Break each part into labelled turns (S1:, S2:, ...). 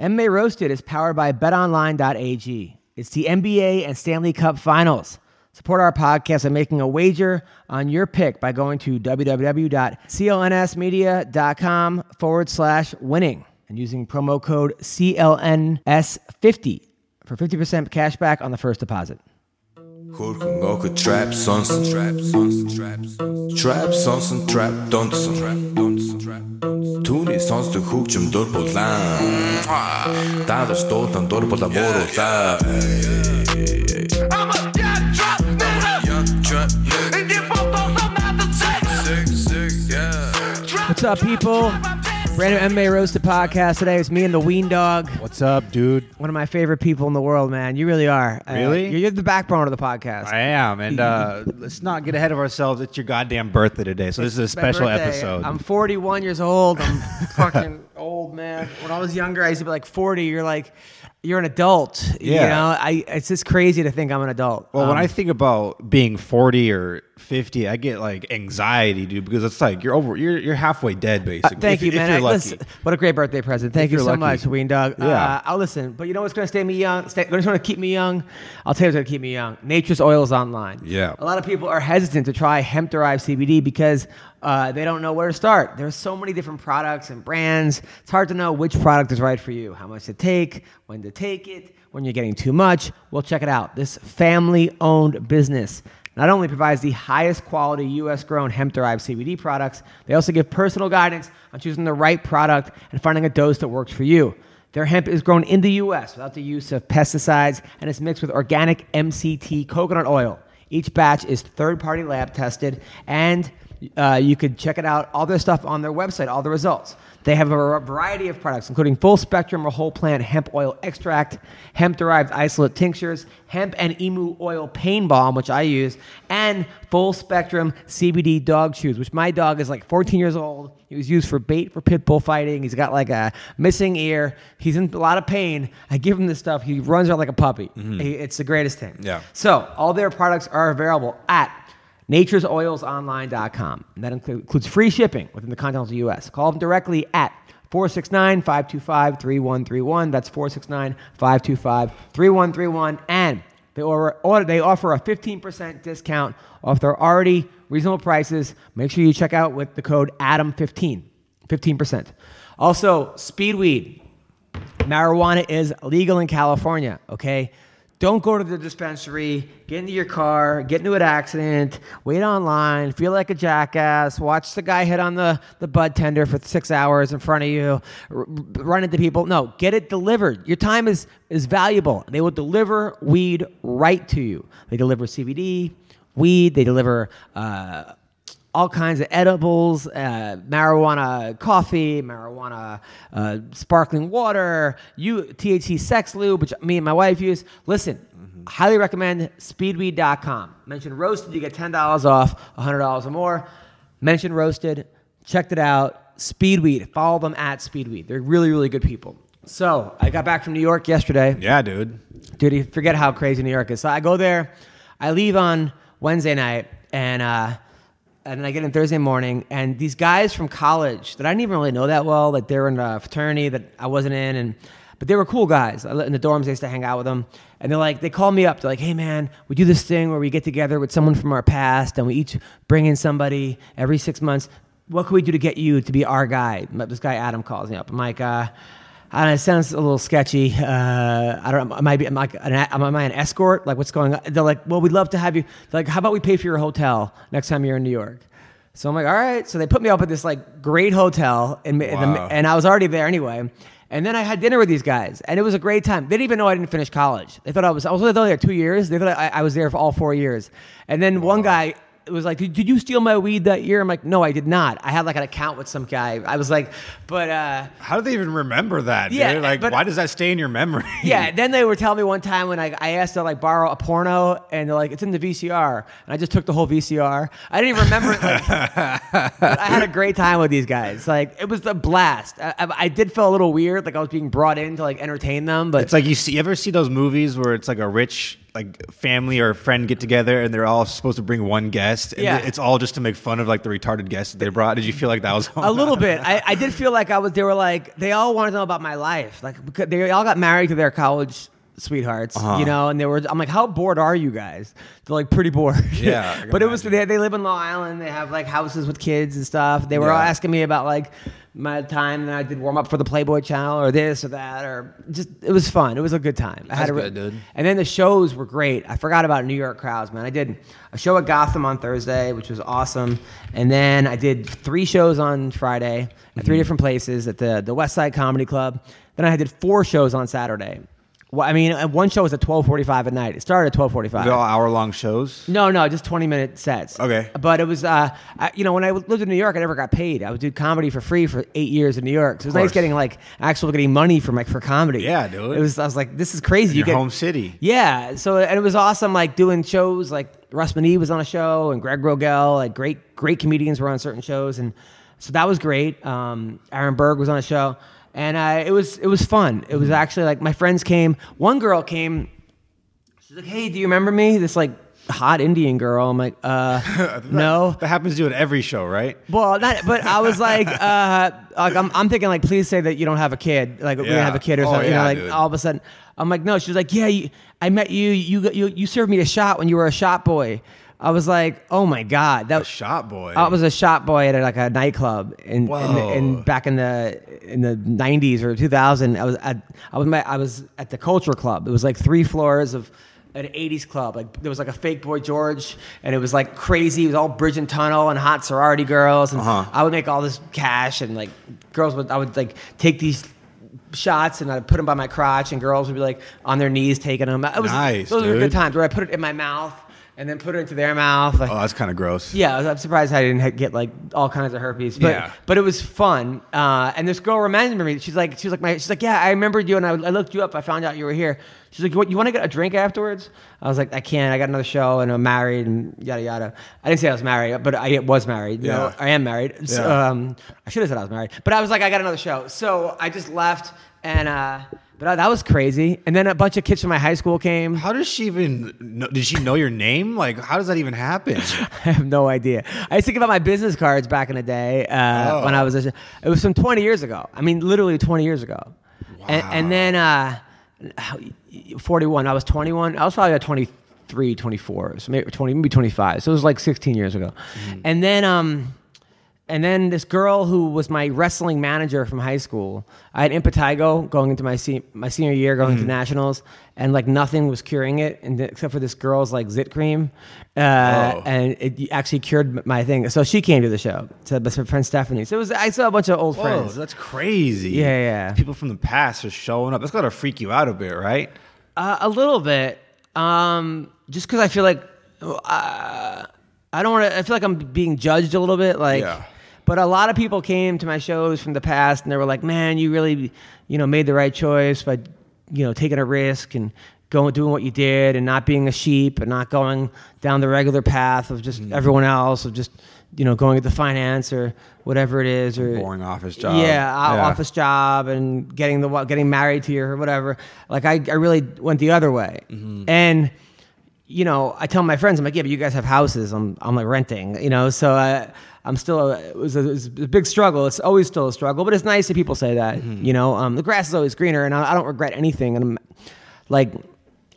S1: MMA Roasted is powered by betonline.ag. It's the NBA and Stanley Cup Finals. Support our podcast by making a wager on your pick by going to www.clnsmedia.com forward slash winning and using promo code CLNS50 for 50% cash back on the first deposit.
S2: Korkun korku trap sonsun trap sonsun trap sonsun trap sonsun trap donsun trap donsun trap Түүний сонсдог хөгжим дур булаа Даалж дуулан дур булаа мууруулаа
S3: I'm a young trap nigga. And you both don't know not to take.
S1: What's up, people? Brand new MMA Roasted podcast today. It's me and the Ween Dog,
S4: What's up, dude?
S1: one of my favorite people in the world, man. You really are. Uh,
S4: Really?
S1: you're, you're the backbone of the podcast.
S4: I am, and uh, let's not get ahead of ourselves. It's your goddamn birthday today, so this is a
S1: my
S4: special
S1: birthday.
S4: episode.
S1: I'm 41 years old. I'm fucking old, man. When I was younger, I used to be like 40. You're like, you're an adult.
S4: Yeah.
S1: You know, I, it's just crazy to think I'm an adult.
S4: well, when
S1: Um,
S4: I think about being 40 or 50, I get like anxiety, dude, because it's like you're over, you're you're halfway dead, basically.
S1: Uh, Thank
S4: If-
S1: you,
S4: if
S1: man.
S4: you're
S1: I-
S4: lucky.
S1: listen, what a great birthday present. Thank you
S4: you're
S1: so
S4: lucky.
S1: much, Ween Dog. Uh,
S4: Yeah.
S1: I'll listen. But you know what's going to stay me young? Stay, what's going to keep me young? I'll tell you what's going to keep me young. Nature's Oils Online.
S4: Yeah.
S1: A lot of people are hesitant to try hemp derived CBD because uh, they don't know where to start. There's so many different products and brands. It's hard to know which product is right for you, how much to take, when to take it, when you're getting too much. Well, check it out. This family owned business not only provides the highest quality US grown hemp derived CBD products, they also give personal guidance on choosing the right product and finding a dose that works for you. Their hemp is grown in the US without the use of pesticides and it's mixed with organic MCT coconut oil. Each batch is third party lab tested, and uh, you could check it out, all their stuff on their website, all the results. They have a var- variety of products, including full spectrum or whole plant hemp oil extract, hemp derived isolate tinctures, hemp and emu oil pain balm, which I use, and full spectrum CBD dog chews, which my dog is like 14 years old. He was used for bait for pit bull fighting. He's got like a missing ear. He's in a lot of pain. I give him this stuff. He runs around like a puppy. He- It's the greatest thing.
S4: Yeah.
S1: So all their products are available at naturesoilsonline.com. And that inclu- includes free shipping within the continental U.S. Call them directly at 469-525-3131. That's 469-525-3131. And they, or, or they offer a 15% discount off their already reasonable prices. Make sure you check out with the code ADAM15. 15%. Also, Speedweed marijuana is legal in California, okay? Don't go to the dispensary, get into your car, get into an accident, wait online, feel like a jackass, watch the guy hit on the, the bud tender for six hours in front of you, r- run into people. No, get it delivered. Your time is, is valuable. They will deliver weed right to you. They deliver CBD, weed, they deliver. Uh, all kinds of edibles, uh, marijuana coffee, marijuana uh, sparkling water, you THC sex lube, which me and my wife use. Listen, highly recommend speedweed.com. Mention roasted, you get ten dollars off, hundred dollars or more. Mention roasted, checked it out. Speedweed, follow them at Speedweed. They're really, really good people. So I got back from New York yesterday
S4: yeah, dude.
S1: dude you forget how crazy new york is so i go there i leave on wednesday night and uh and then i get in thursday morning and these guys from college that i didn't even really know that well like they were in a fraternity that i wasn't in and but they were cool guys I li- in the dorms i used to hang out with them and they're like they call me up they're like hey man we do this thing where we get together with someone from our past and we each bring in somebody every six months what can we do to get you to be our guy this guy adam calls me up i'm like uh I don't know, it sounds a little sketchy. Uh, I don't. Am I, am, I, am I an escort? Like, what's going on? They're like, well, we'd love to have you. They're like, how about we pay for your hotel next time you're in New York? So I'm like, all right. So they put me up at this like great hotel, and
S4: Wow.
S1: and I was already there anyway. And then I had dinner with these guys, and it was a great time. They didn't even know I didn't finish college. They thought I was. I was only there two years. They thought I, I was there for all four years. And then one guy it was like, did, did you steal my weed that year? I'm like, no, I did not. I had like an account with some guy. I was like, but uh,
S4: How do they even remember that?
S1: Yeah,
S4: dude? Like,
S1: but-
S4: why does that stay in your memory?
S1: yeah. Then they were telling me one time when I, I asked to like borrow a porno, and they're like, it's in the VCR, and I just took the whole VCR. I didn't even remember it. Like, but I had a great time with these guys. Like it was a blast. I, I, I did feel a little weird, like I was being brought in to like entertain them, but
S4: It's like you see. You ever see those movies where it's like a rich like family or friend get together and they're all supposed to bring one guest? And
S1: Yeah.
S4: It's all just to make fun of like the retarded guest that they brought. Did you feel like that was
S1: a little bit. I, I did feel like I was. They were like they all wanted to know about my life. Like because they all got married to their college sweethearts,
S4: Uh-huh.
S1: you know. And they were. I'm like, how bored are you guys? They're like pretty bored.
S4: Yeah, I can
S1: but it was. They,
S4: imagine.
S1: they live in Long Island. They have like houses with kids and stuff. They were all
S4: Yeah.
S1: asking me about like my time and I did warm up for the Playboy Channel or this or that or just it was fun. It was a good time. I had
S4: That's
S1: a re-
S4: good, dude.
S1: and then the shows were great. I forgot about New York crowds, man. I did a show at Gotham on Thursday, which was awesome. And then I did three shows on Friday at
S4: Mm-hmm.
S1: three different places at the, the West Side Comedy Club. Then I did four shows on Saturday. Well, I mean, uh, one show was at 1245 at night. It started at 1245.
S4: They're all hour long shows.
S1: No, no, just 20 minute sets.
S4: Okay.
S1: But it was, uh, I, you know, when I lived in New York, I never got paid. I would do comedy for free for eight years in New York. So it was nice
S4: course.
S1: getting like actual getting money for my, for comedy.
S4: Yeah, dude.
S1: It was, I was like, this is crazy.
S4: your home city.
S1: Yeah. So, and it was awesome, like doing shows like Russ Manee was on a show and Greg Rogel, like great, great comedians were on certain shows. And so that was great. Um, Aaron Berg was on a show and uh, it was, it was fun. It was actually like my friends came, one girl came She's like, "Hey, do you remember me?" This like hot Indian girl. I'm like, "Uh, no."
S4: That happens to you at every show, right?
S1: Well, not. But I was like, uh, like I'm, I'm thinking like, please say that you don't have a kid. Like we don't
S4: Yeah.
S1: have a kid or
S4: Oh,
S1: something. you know,
S4: yeah,
S1: like
S4: dude.
S1: all of a sudden, I'm like, no. She was like, yeah, you, I met you. You got- you you served me a shot when you were a shot boy. I was like, oh my god, that
S4: Shot boy.
S1: I was a shop boy at like a nightclub in, in,
S4: Whoa.
S1: in back in the in the nineties or two thousand. I was at I was my, I was at the Culture Club. It was like three floors of an eighties club. Like there was like a fake boy George, and it was like crazy. It was all bridge and tunnel and hot sorority girls, and
S4: Uh-huh.
S1: I would make all this cash, and like girls would I would like take these. Shots and I'd put them by my crotch, and girls would be like on their knees taking them. It was,
S4: Nice,
S1: those were good
S4: dude.
S1: times where I put it in my mouth and then put it into their mouth. Like,
S4: oh, that's kind of gross.
S1: yeah, I was, I'm surprised I didn't ha- get like all kinds of herpes. But
S4: Yeah.
S1: but it was fun. Uh, and this girl reminded me. She's like she was like my she's like yeah I remembered you and I, I looked you up. I found out you were here. She's like what, you want to get a drink afterwards? I was like I can't. I got another show and I'm married and yada yada. I didn't say I was married, but I was married. You know,
S4: Yeah.
S1: I am married. So,
S4: Yeah.
S1: um, I should have said I was married, but I was like I got another show. So I just left and. Uh, but uh, that was crazy. And then a bunch of kids from my high school came.
S4: How does she even? Know, did she know your name? Like, how does that even happen?
S1: I have no idea. I used to give out my business cards back in the day uh,
S4: Oh.
S1: when I was. A, it was from 20 years ago. I mean, literally 20 years ago. And, and then uh, 41. I was 21. I was probably about 23, 24, so maybe 20, maybe 25. So it was like 16 years ago.
S4: Mm-hmm.
S1: And then. Um, and then this girl who was my wrestling manager from high school, I had impetigo going into my se- my senior year, going
S4: Mm-hmm.
S1: into nationals, and like nothing was curing it, and th- except for this girl's like zit cream, uh,
S4: Oh.
S1: and it actually cured m- my thing. So she came to the show to but her friend Stephanie. So it was I saw a bunch of old
S4: Whoa,
S1: friends.
S4: Oh, that's crazy.
S1: Yeah, yeah.
S4: People from the past are showing up. That's gotta freak you out a bit, right?
S1: Uh, a little bit. Um, just because I feel like uh, I don't want to. I feel like I'm being judged a little bit. Like,
S4: Yeah.
S1: but a lot of people came to my shows from the past, and they were like, "Man, you really, you know, made the right choice by, you know, taking a risk and." Going, doing what you did, and not being a sheep, and not going down the regular path of
S4: Mm.
S1: just everyone else, of just you know going into finance or whatever it is, or
S4: Boring office job.
S1: yeah, o-
S4: Yeah.
S1: office job and getting the wa- getting married to your whatever. Like I, I really went the other way,
S4: Mm-hmm.
S1: and you know, I tell my friends, I'm like, yeah, but you guys have houses. I'm I'm like renting, you know, so I, I'm still a, it, was a, it was a big struggle. It's always still a struggle, but it's nice that people say that.
S4: Mm-hmm.
S1: You know, um, the grass is always greener, and I, I don't regret anything. And I'm like,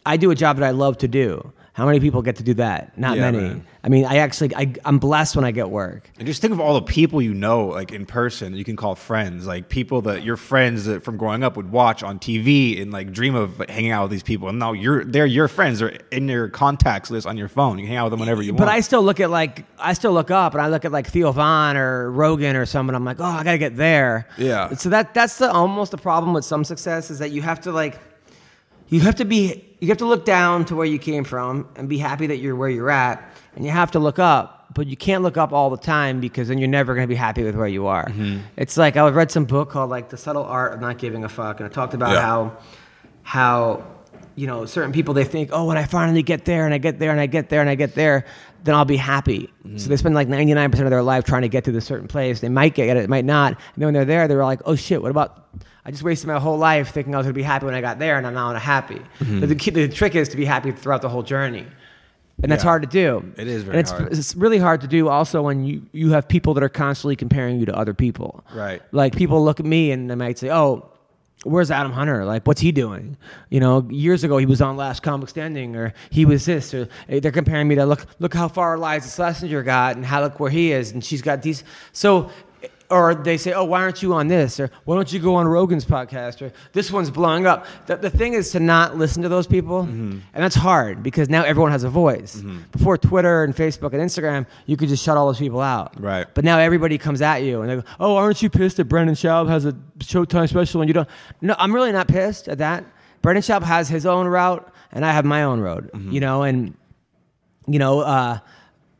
S1: I do a job that I love to do. How many people get to do that? Not
S4: Yeah,
S1: many.
S4: man.
S1: I mean, I actually, I, I'm blessed when I get work.
S4: And just think of all the people you know, like in person, that you can call friends, like people that your friends that from growing up would watch on TV and like dream of hanging out with these people. And now you're they're your friends, they're in your contacts list on your phone. You can hang out with them whenever you
S1: But I
S4: want.
S1: still look at like I still look up and I look at like Theo Vaughn or Rogan or someone. I'm like, oh, I gotta get there.
S4: Yeah.
S1: So that that's the almost the problem with some success is that you have to like, you have to be you have to look down to where you came from and be happy that you're where you're at, and you have to look up but you can't look up all the time because then you're never going to be happy with where you are. It's like I read some book called like The Subtle Art of Not Giving a Fuck, and it talked about
S2: Yeah.
S1: how how you know certain people they think oh when I finally get there and I get there and I get there and I get there then I'll be happy. So they spend like 99% of their life trying to get to this certain place. They might get it, might not. And then when they're there, they're like oh shit, what about I just wasted my whole life thinking I was going to be happy when I got there and I'm not happy.
S4: Mm-hmm.
S1: But the, key, the trick is to be happy throughout the whole journey. And that's
S4: Yeah.
S1: hard to do.
S4: It is very
S1: and it's,
S4: hard.
S1: It's really hard to do also when you, you have people that are constantly comparing you to other people.
S4: Right.
S1: Like people look at me and they might say, oh, where's Adam Hunter? Like, what's he doing? You know, years ago he was on Last Comic Standing or he was this or eh, they're comparing me to look, look how far Eliza Schlesinger got and how look where he is and she's got these. So, eh, or they say, oh, why aren't you on this? Or why don't you go on Rogan's podcast? Or this one's blowing up. The, the thing is to not listen to those people. And that's hard because now everyone has a voice. Before Twitter and Facebook and Instagram, you could just shut all those people out.
S4: Right.
S1: But now everybody comes at you and they go, "Oh, aren't you pissed that Brendan Schaub has a Showtime special and you don't?" No, I'm really not pissed at that. Brendan Schaub has his own route, and I have my own road. You know, and you know, uh,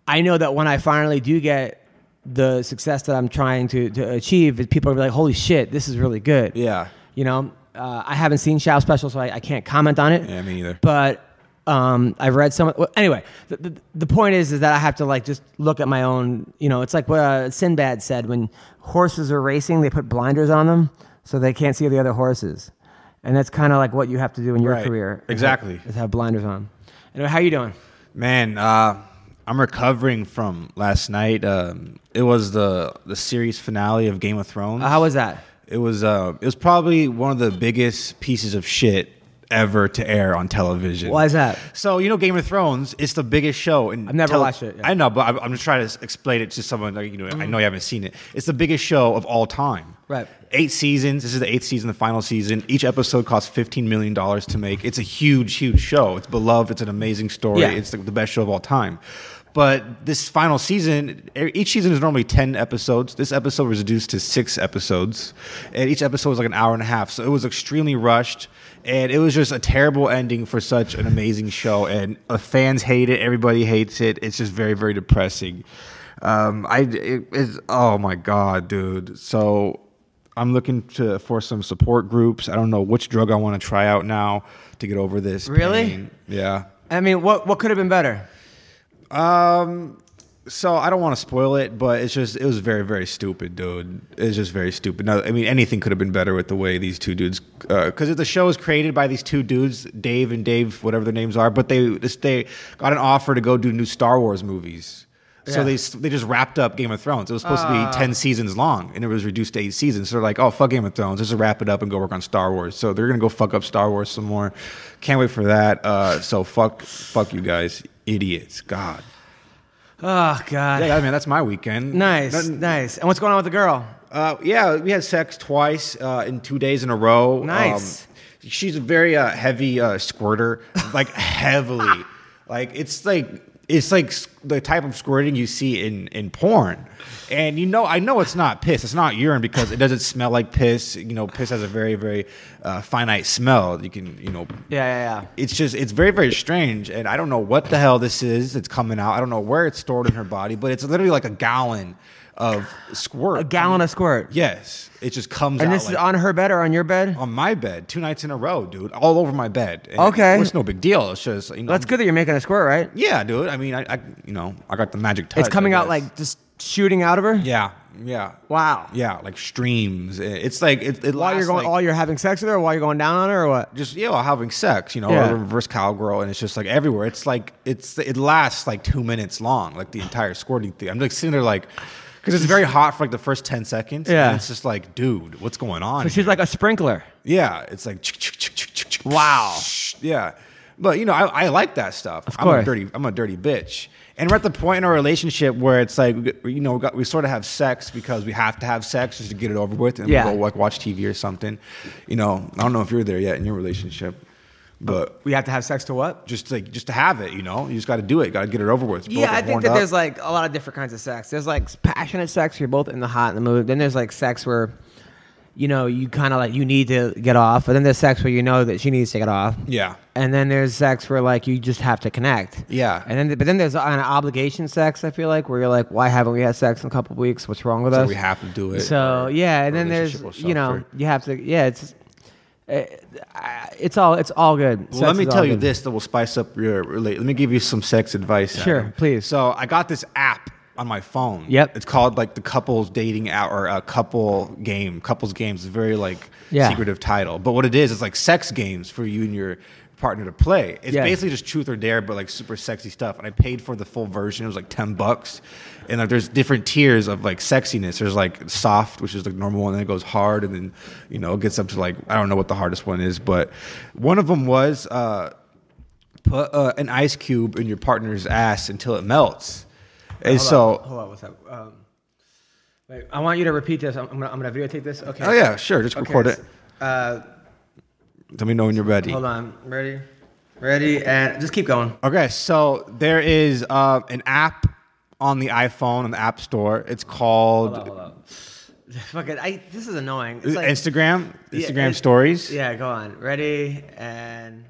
S1: I know that when I finally do get the success that I'm trying to, to achieve, is people are like, "Holy shit, this is really good."
S4: Yeah.
S1: You know, uh, I haven't seen Shao's special, so I, I can't comment on it.
S4: Yeah, me either.
S1: But um, I've read some. Well, anyway, the, the, the point is, is that I have to like just look at my own. You know, it's like what uh, Sinbad said when horses are racing, they put blinders on them so they can't see the other horses, and that's kind of like what you have to do in your
S4: Right.
S1: career. is
S4: Exactly.
S1: have- Is have blinders on. Anyway, how you doing?
S4: Man, uh, I'm recovering from last night. Um, it was the the series finale of Game of Thrones.
S1: Uh, how was that?
S4: It was uh, it was probably one of the biggest pieces of shit ever to air on television.
S1: Why is that?
S4: So you know, Game of Thrones. It's the biggest show. In
S1: I've never
S4: tele-
S1: watched it, yeah.
S4: I know, but I'm, I'm just trying to s- explain it to someone. Like, you know, I know you haven't seen it. It's the biggest show of all time.
S1: Right.
S4: Eight seasons. This is the eighth season, the final season. Each episode costs fifteen million dollars to make. It's a huge, huge show. It's beloved. It's an amazing story.
S1: Yeah.
S4: It's the, the best show of all time. But this final season, e- each season is normally ten episodes. This episode was reduced to six episodes, and each episode was like an hour and a half. So it was extremely rushed, and it was just a terrible ending for such an amazing show. And uh, fans hate it. Everybody hates it. It's just very, very depressing. Um, I it, it's, oh my god, dude. So I'm looking to for some support groups. I don't know which drug I want to try out now to get over this.
S1: Really?
S4: pain. Yeah.
S1: I mean, what what could have been better?
S4: So I don't want to spoil it, but it's just it was very very stupid, dude. It's just very stupid. No, I mean anything could have been better with the way these two dudes, because the show is created by these two dudes, Dave and Dave, whatever their names are. But they this- they got an offer to go do new Star Wars movies. So
S1: Yeah.
S4: they s- they just wrapped up Game of Thrones. It was supposed to be ten seasons long, and it was reduced to eight seasons. So they're like, oh fuck Game of Thrones, let's just wrap it up and go work on Star Wars. So they're gonna go fuck up Star Wars some more. Can't wait for that. Uh, so fuck fuck you guys, idiots. God.
S1: Oh God.
S4: Yeah, I mean that's my weekend.
S1: Nice,
S4: Nothing-
S1: nice. And what's going on with the girl?
S4: Uh, yeah, we had sex twice uh, in two days in a row.
S1: Nice.
S4: Um, she's a very uh, heavy uh, squirter, like heavily. Like it's like it's like s- the type of squirting you see in in porn. And you know, I know it's not piss. It's not urine because it doesn't smell like piss. You know, piss has a very very uh, finite smell. You can you know
S1: Yeah, yeah, yeah.
S4: it's just it's very very strange and i don't know what the hell this is that's coming out i don't know where it's stored in her body but it's literally like a gallon of squirt
S1: A gallon of squirt.
S4: yes it just comes
S1: And
S4: out
S1: this is
S4: like-
S1: on her bed or on your bed?
S4: on my bed two nights in a row dude all over my bed And
S1: Okay.
S4: it's no big deal it's just you know
S1: That's good that you're making a squirt, right?
S4: yeah dude i mean i, I you know i got the magic touch
S1: It's coming
S4: I
S1: out
S4: guess.
S1: like just shooting out of her.
S4: yeah yeah
S1: Wow.
S4: yeah like streams it's like it, it
S1: While you're going, while you're having sex with her, or while you're going down on her, or what?
S4: just you know having sex, you know,
S1: Yeah.
S4: or reverse cowgirl, and it's just like everywhere. It's like it's it lasts like two minutes long, like the entire squirting thing. I'm like sitting there like because it's very hot for like the first ten seconds.
S1: Yeah.
S4: and it's just like, dude, what's going on?
S1: So she's
S4: here?
S1: like a sprinkler.
S4: yeah, it's like chick, chick, chick, chick, chick, chick,
S1: Wow.
S4: yeah. But you know, I, I like that stuff. I'm a
S1: course.
S4: dirty, I'm a dirty bitch. And we're at the point in our relationship where it's like, we get- you know, we, got, we sort of have sex because we have to have sex just to get it over with, and
S1: Yeah.
S4: we go like watch TV or something. You know, I don't know if you're there yet in your relationship, but
S1: We have to have sex to what?
S4: just like just to have it, you know. You just got to do it. Got to get it over with. Both
S1: Yeah,
S4: are
S1: I think
S4: horned
S1: that
S4: up.
S1: there's like a lot of different kinds of sex. There's like passionate sex, where you're both in the hot in the mood. Then there's like sex where you know, you kind of like you need to get off, and then there's sex where you know that she needs to get off.
S4: Yeah.
S1: And then there's sex where like you just have to connect.
S4: Yeah.
S1: And then, but then there's an obligation sex. I feel like where you're like, why haven't we had sex in a couple weeks? What's wrong with
S4: So
S1: us?
S4: we have to do it.
S1: So
S4: or
S1: yeah, and then there's
S4: relationship will
S1: you know
S4: suffer.
S1: you have to yeah it's uh, I- it's all it's all good.
S4: Well, let me tell you this that will spice up your relate. Let me give you some sex advice.
S1: Sure,
S4: Adam.
S1: please.
S4: So I got this app on my phone.
S1: Yep.
S4: It's called like the couples dating app or a couple game. Couples games is a very like
S1: Yeah.
S4: secretive title. But what it is, it's like sex games for you and your partner to play. It's
S1: Yeah.
S4: basically just truth or dare, but like super sexy stuff. And I paid for the full version. It was like ten bucks. And like there's different tiers of like sexiness. There's like soft, which is the normal one, and then it goes hard, and then you know it gets up to like I don't know what the hardest one is, but one of them was uh put uh, an ice cube in your partner's ass until it melts. And so,
S1: Hold on, what's up? Um, wait, I want you to repeat this. I'm, I'm gonna I'm gonna videotape this. Okay.
S4: oh yeah, sure, just
S1: Okay,
S4: record it.
S1: so- Uh,
S4: Let me know when you're ready.
S1: hold on. Ready. Ready and just keep going.
S4: Okay, so there is uh, an app on the iPhone on the App Store. It's called
S1: Hold up. Fuck it. I, this is annoying. It's like,
S4: Instagram.
S1: Yeah,
S4: Instagram
S1: it-
S4: Stories.
S1: Yeah, go on. Ready and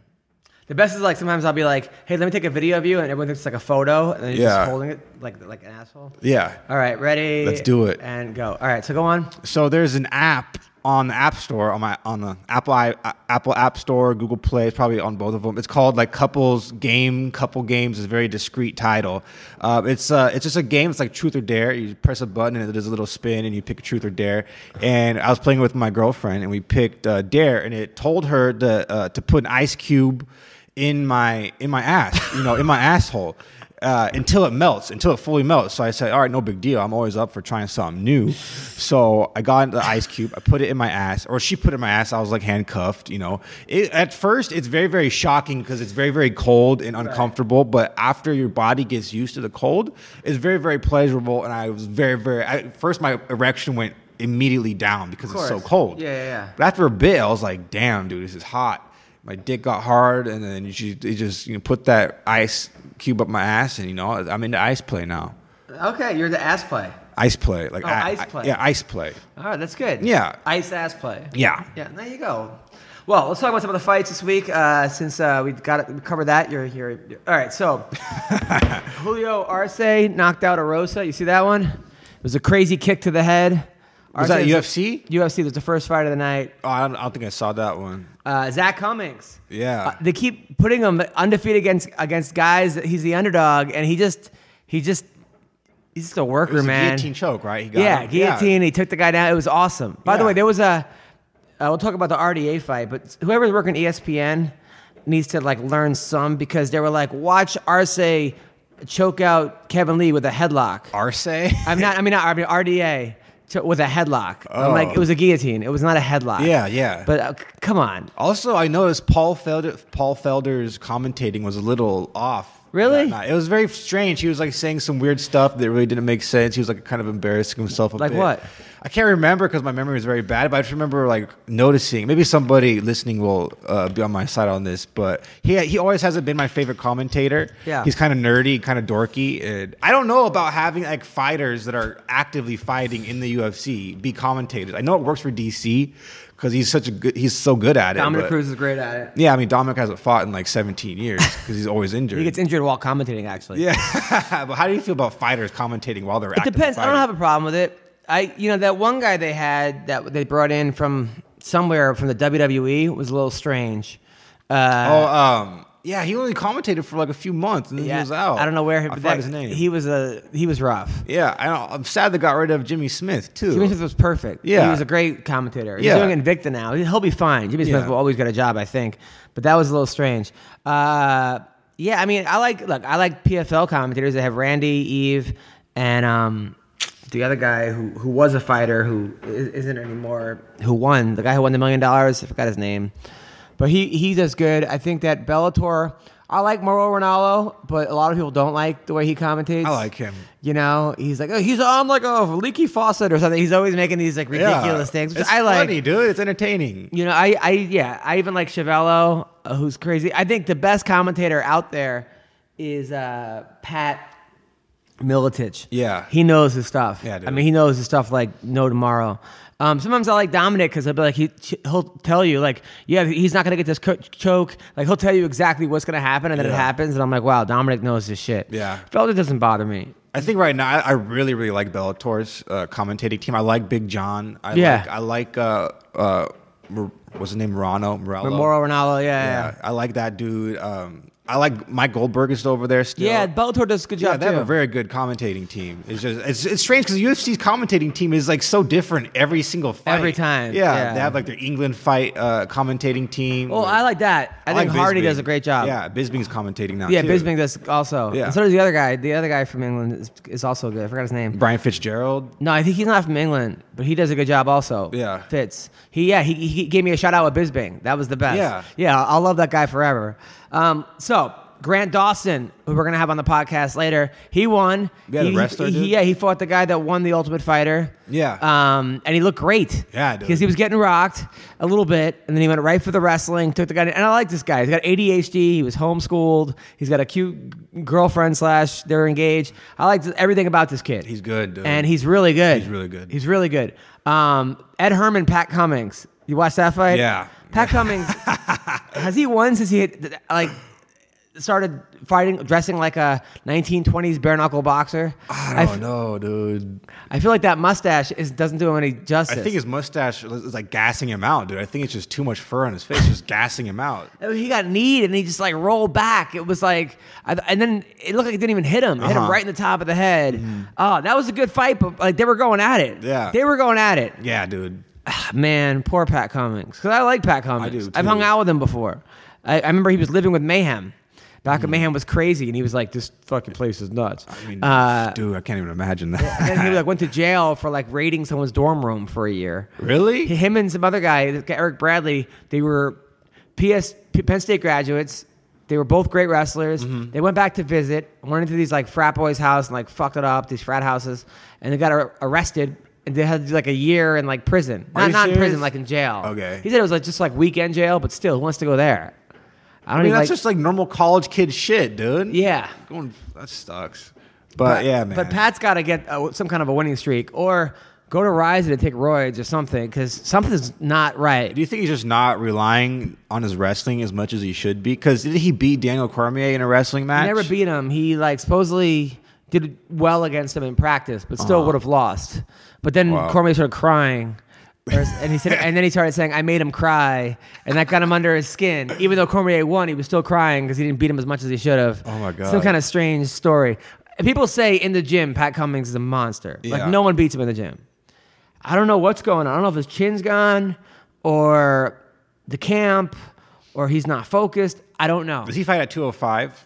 S1: the best is like sometimes I'll be like, hey, let me take a video of you, and everyone thinks it's like a photo, and then you're
S4: Yeah.
S1: just holding it like like an asshole.
S4: Yeah.
S1: All right, ready.
S4: Let's do it.
S1: and go. All right, so go on.
S4: So there's an app on the App Store on my on the Apple I, Apple App Store, Google Play. It's probably on both of them. It's called like Couples Game. Couple Games is a very discreet title. Uh, it's uh, it's just a game. It's like Truth or Dare. You press a button and it does a little spin, and you pick Truth or Dare. And I was playing with my girlfriend, and we picked uh, Dare, and it told her to uh, to put an ice cube in my in my ass, you know, in my asshole. Uh, until it melts, until it fully melts. So I said, "All right, no big deal. I'm always up for trying something new." So I got the ice cube. I put it in my ass, or she put it in my ass. I was like handcuffed, you know. It, at first, it's very, very shocking because it's very, very cold and uncomfortable. But after your body gets used to the cold, it's very, very pleasurable. And I was very, very. I, at first, my erection went immediately down because it's so
S1: course.
S4: cold.
S1: Yeah, yeah, yeah.
S4: But after a bit, I was like, damn, dude, this is hot. My dick got hard, and then she they just you know, put that ice cube up my ass, and you know I'm into ice play now.
S1: Okay, you're the ass play.
S4: Ice play, like
S1: Oh,
S4: I-
S1: ice
S4: I-
S1: play.
S4: yeah, ice play.
S1: All right, that's good.
S4: Yeah.
S1: Ice ass play.
S4: Yeah.
S1: Yeah, there you go. Well, let's talk about some of the fights this week. Uh, since uh, we've got it, we covered that, you're here. All right, so Julio Arce knocked out Arosa. You see that one? It was a crazy kick to the head.
S4: Was that
S1: Arce-
S4: UFC?
S1: UFC was the first fight of the night.
S4: Oh, I don't, I don't think I saw that one.
S1: Uh, Zach Cummings.
S4: Yeah.
S1: Uh, they keep putting him undefeated against against guys. that He's the underdog, and he just he just he's just a worker,
S4: It was a
S1: man.
S4: guillotine choke, right? He got
S1: yeah,
S4: him.
S1: guillotine. He took the guy down. It was awesome. By the
S4: Yeah.
S1: way, there was a. Uh, we'll talk about the RDA fight, but whoever's working E ESPN needs to like learn some because they were like, watch Arce choke out Kevin Lee with a headlock.
S4: Arce.
S1: I'm not. I mean, not, I mean RDA to, with a headlock. I'm like,
S4: Oh.
S1: it was a guillotine. It was not a headlock.
S4: Yeah, yeah.
S1: But uh, c- come on,
S4: Also, I noticed Paul Felder, Paul Felder's commentating was a little off.
S1: Really?
S4: that night. It was very strange. He was like saying some weird stuff that really didn't make sense. He was like kind of embarrassing himself a
S1: Like
S4: bit.
S1: what?
S4: I can't remember because my memory is very bad. But I just remember like noticing. Maybe somebody listening will uh, be on my side on this. But he he always hasn't been my favorite commentator.
S1: Yeah.
S4: he's kind of nerdy, kind of dorky. And I don't know about having like fighters that are actively fighting in the UFC be commentators. I know it works for DC. Because he's such a good, he's so good at it.
S1: Dominic
S4: but-
S1: Cruz is great at it.
S4: yeah, I mean Dominic hasn't fought in like 17 years because he's always injured.
S1: He gets injured while commentating, actually.
S4: yeah, but how do you feel about fighters commentating while they're?
S1: It depends. I don't have a problem with it. I, you know, that one guy they had that they brought in from somewhere from the WWE was a little strange. Uh,
S4: Oh, um, yeah, he only commentated for like a few months and then
S1: yeah,
S4: he was out.
S1: I don't know where
S4: I
S1: he,
S4: forgot
S1: that,
S4: his name.
S1: he was. A he was rough.
S4: yeah, I don't, I'm sad they got rid of Jimmy Smith too.
S1: Jimmy Smith was perfect. he
S4: Yeah.
S1: was a great commentator. He's
S4: Yeah.
S1: doing Invicta now. He- He'll be fine. Jimmy Smith
S4: Yeah.
S1: will always get a job, I think. But that was a little strange. Uh, yeah, I mean, I like look, I like PFL commentators. They have Randy, Eve, and um, the other guy who who was a fighter who i- isn't anymore. Who won? The guy who won the million dollars. I forgot his name, but he he does good. I think that Bellator. I like Mauro Ronaldo, but a lot of people don't like the way he commentates.
S4: I like him.
S1: You know, he's like, oh, he's on like a leaky faucet or something. He's always making these like
S4: Yeah.
S1: ridiculous things, which
S4: It's
S1: I like.
S4: funny, dude. It's entertaining.
S1: You know, I, I, yeah, I even like Chevello, uh, who's crazy. I think the best commentator out there is uh, Pat Militich.
S4: Yeah.
S1: he knows his stuff.
S4: Yeah, dude.
S1: I mean, he knows his stuff like no tomorrow. Um, sometimes I like Dominic because I'll be like, he, he'll tell you, like, yeah, he's not going to get this co- choke. Like, he'll tell you exactly what's going to happen, and then it
S4: Yeah.
S1: happens. And I'm like, wow, Dominic knows his shit.
S4: Yeah.
S1: Felder doesn't bother me.
S4: I think right now I, I really really like Bellator's uh, commentating team. I like Big John. I
S1: Yeah.
S4: like I like uh uh Mor- what's his name Morano Morello.
S1: Moro Ronaldo, yeah. yeah.
S4: Yeah, I like that dude. Um, I like Mike Goldberg is over there still.
S1: Yeah, Bellator does a good
S4: Yeah,
S1: job
S4: they have
S1: too.
S4: a very good commentating team. It's just it's, it's strange because UFC's commentating team is like so different every single fight.
S1: Every time,
S4: Yeah,
S1: yeah.
S4: they have like their England fight uh, commentating team.
S1: well, I like that. I, think Hardy
S4: Bisbing.
S1: does a great job.
S4: Yeah, Bisbing's commentating now.
S1: yeah,
S4: too.
S1: Bisbing does also.
S4: Yeah.
S1: And so does the other guy. The other guy from England is, is also good. I forgot his name.
S4: Brian Fitzgerald.
S1: No, I think he's not from England, but he does a good job also.
S4: Yeah.
S1: Fitz. He yeah, he, he gave me a shout out with Bisbing. That was the best.
S4: Yeah.
S1: Yeah, I'll love that guy forever. Um, so Grant Dawson, who we're gonna have on the podcast later, he won.
S4: Yeah, the
S1: He-
S4: wrestler
S1: he-
S4: dude.
S1: yeah, he fought the guy that won the Ultimate Fighter.
S4: Yeah.
S1: Um, and he looked great.
S4: Yeah, dude.
S1: Because he was getting rocked a little bit, and then he went right for the wrestling. Took the guy, and I like this guy. He's got ADHD. He was homeschooled. He's got a cute girlfriend slash they're engaged. I like everything about this kid.
S4: He's good, dude.
S1: and he's really good.
S4: He's really good.
S1: He's really good. Um, Ed Herman, Pat Cummings. You watch that fight?
S4: Yeah.
S1: Pat Cummings has he won since he hit, like started fighting, dressing like a 1920s bare knuckle boxer.
S4: I
S1: I
S4: don't
S1: f-
S4: know, Oh, dude.
S1: I feel like that mustache is, doesn't do him any
S4: I
S1: justice.
S4: think his mustache is like gassing him out, dude. I think it's just too much fur on his face, just gassing him out.
S1: Oh, he got kneed and he just like rolled back. It was like, I, and then it looked like it didn't even hit him. It Hit him
S4: Uh-huh. Mm-hmm.
S1: right in the top of the head. Oh, that was a good fight, but like they were going at it.
S4: Yeah.
S1: they were going at it. Ah,
S4: Yeah, dude.
S1: Man, poor Pat Cummings. Because I like Pat Cummings.
S4: do,
S1: I've
S4: too.
S1: hung out with him before. I, I remember he was living with Mayhem. Back when Mayhem was crazy, and he was like, "This fucking place is nuts."
S4: Mm-hmm. I mean,
S1: uh,
S4: dude, I can't even imagine
S1: and he
S4: that.
S1: like went to jail for like raiding someone's dorm room for a year.
S4: Really?
S1: Him and some other guy, this guy, Eric Bradley, they were PS P- Penn State graduates. They were both great wrestlers.
S4: Mm-hmm.
S1: They went back to visit, went into these like frat boys' house and like fucked it up, these frat houses, and they got ar- arrested. And they had to do like a year in like prison,
S4: Are
S1: not
S4: you
S1: not in prison,
S4: serious?
S1: like in jail.
S4: Okay.
S1: He said it was like just like weekend jail, but still, who wants to go there? I don't
S4: I mean,
S1: even
S4: that's
S1: like.
S4: just like normal college kid shit, dude.
S1: yeah.
S4: Going, that sucks. But yeah, man.
S1: But Pat's got to get uh, some kind of a winning streak or go to Rise and take roids or something because something's not right.
S4: do you think he's just not relying on his wrestling as much as he should be? Because did he beat Daniel Cormier in a wrestling
S1: He
S4: match?
S1: never beat him. He like supposedly did well against him in practice, but still would have lost. But then
S4: Uh-huh. Wow.
S1: Cormier started crying. Or- and he said, and then he started saying, "I made him cry," and that got him under his skin. Even though Cormier won, he was still crying because he didn't beat him as much as he should have.
S4: Oh, my
S1: Some
S4: God.
S1: kind of strange story. People say in the gym, Pat Cummings is a monster. Like
S4: Yeah.
S1: no one beats him in the gym. I don't know what's going on. I don't know if his chin's gone or the camp or he's not focused. I don't know.
S4: Does he fight at 205?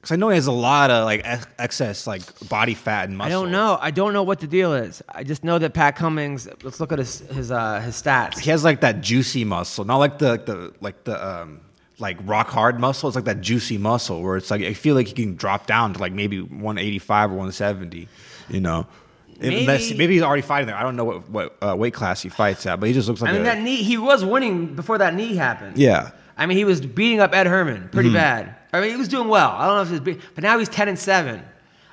S4: Because I know he has a lot of like ex- excess like body fat and
S1: I
S4: muscle.
S1: don't know. I don't know what the deal is. I just know that Pat Cummings. Let's look at his his uh, his stats.
S4: He has like that juicy muscle, not like the like the like the um like rock hard muscle. It's like that juicy muscle where it's like I feel like he can drop down to like maybe 185 or 170. You know. Unless,
S1: Maybe-
S4: maybe he's already fighting there. I don't know what, what uh, weight class he fights at, but he just looks like
S1: I mean,
S4: a,
S1: that knee. He was winning before that knee happened.
S4: yeah.
S1: I mean, he was beating up Ed Herman pretty bad. I mean, he was doing well. I don't know if he was, beat, but now he's ten and seven.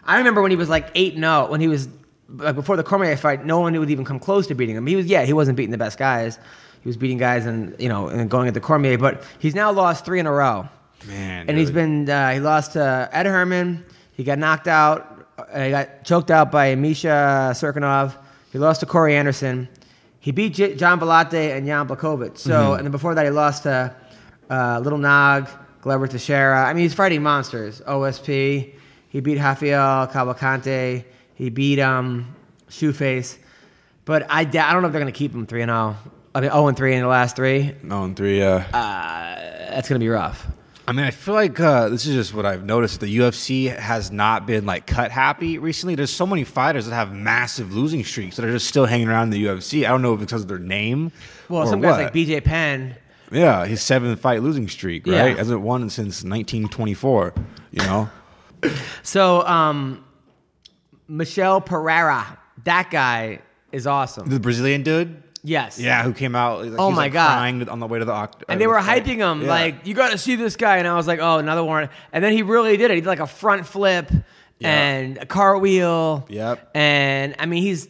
S1: I remember when he was like eight and zero. When he was like before the Cormier fight, no one would even come close to beating him. He was yeah, he wasn't beating the best guys. He was beating guys and you know and going at the Cormier, but he's now lost three in a row.
S4: Man,
S1: and he's
S4: dude.
S1: been uh, he lost to Ed Herman. He got knocked out. Uh, he got choked out by Misha Serkinov. He lost to Corey Anderson. He beat J- John Velate and Jan Blakovic. So and then before that he lost to uh, Little Nog, Glover Teixeira. I mean he's fighting monsters. OSP. He beat Rafael Cavalcante. He beat um, Shoeface. But I, d- I don't know if they're gonna keep him three and zero. I mean zero and three in the last three.
S4: on three. Uh,
S1: That's gonna be rough.
S4: I mean, I feel like uh, this is just what I've noticed. The UFC has not been like cut happy recently. There's so many fighters that have massive losing streaks that are just still hanging around in the UFC. I don't know if it's because of their name.
S1: Well,
S4: or
S1: some guys
S4: what.
S1: like BJ Penn.
S4: Yeah, his seven fight losing streak,
S1: Yeah.
S4: right? Hasn't won since 1924. You know,
S1: So, um, Michelle Pereira, that guy is awesome.
S4: the Brazilian dude.
S1: Yes.
S4: Yeah, who came out? Like,
S1: Oh
S4: he's,
S1: my
S4: like,
S1: God.
S4: Crying on the way to the oct-
S1: And they
S4: uh,
S1: were
S4: the fight.
S1: hyping him
S4: Yeah.
S1: like, "You got to see this guy," and I was like, "Oh, another one." And then he really did it. He did like a front flip and a cartwheel.
S4: Yep.
S1: And I mean, he's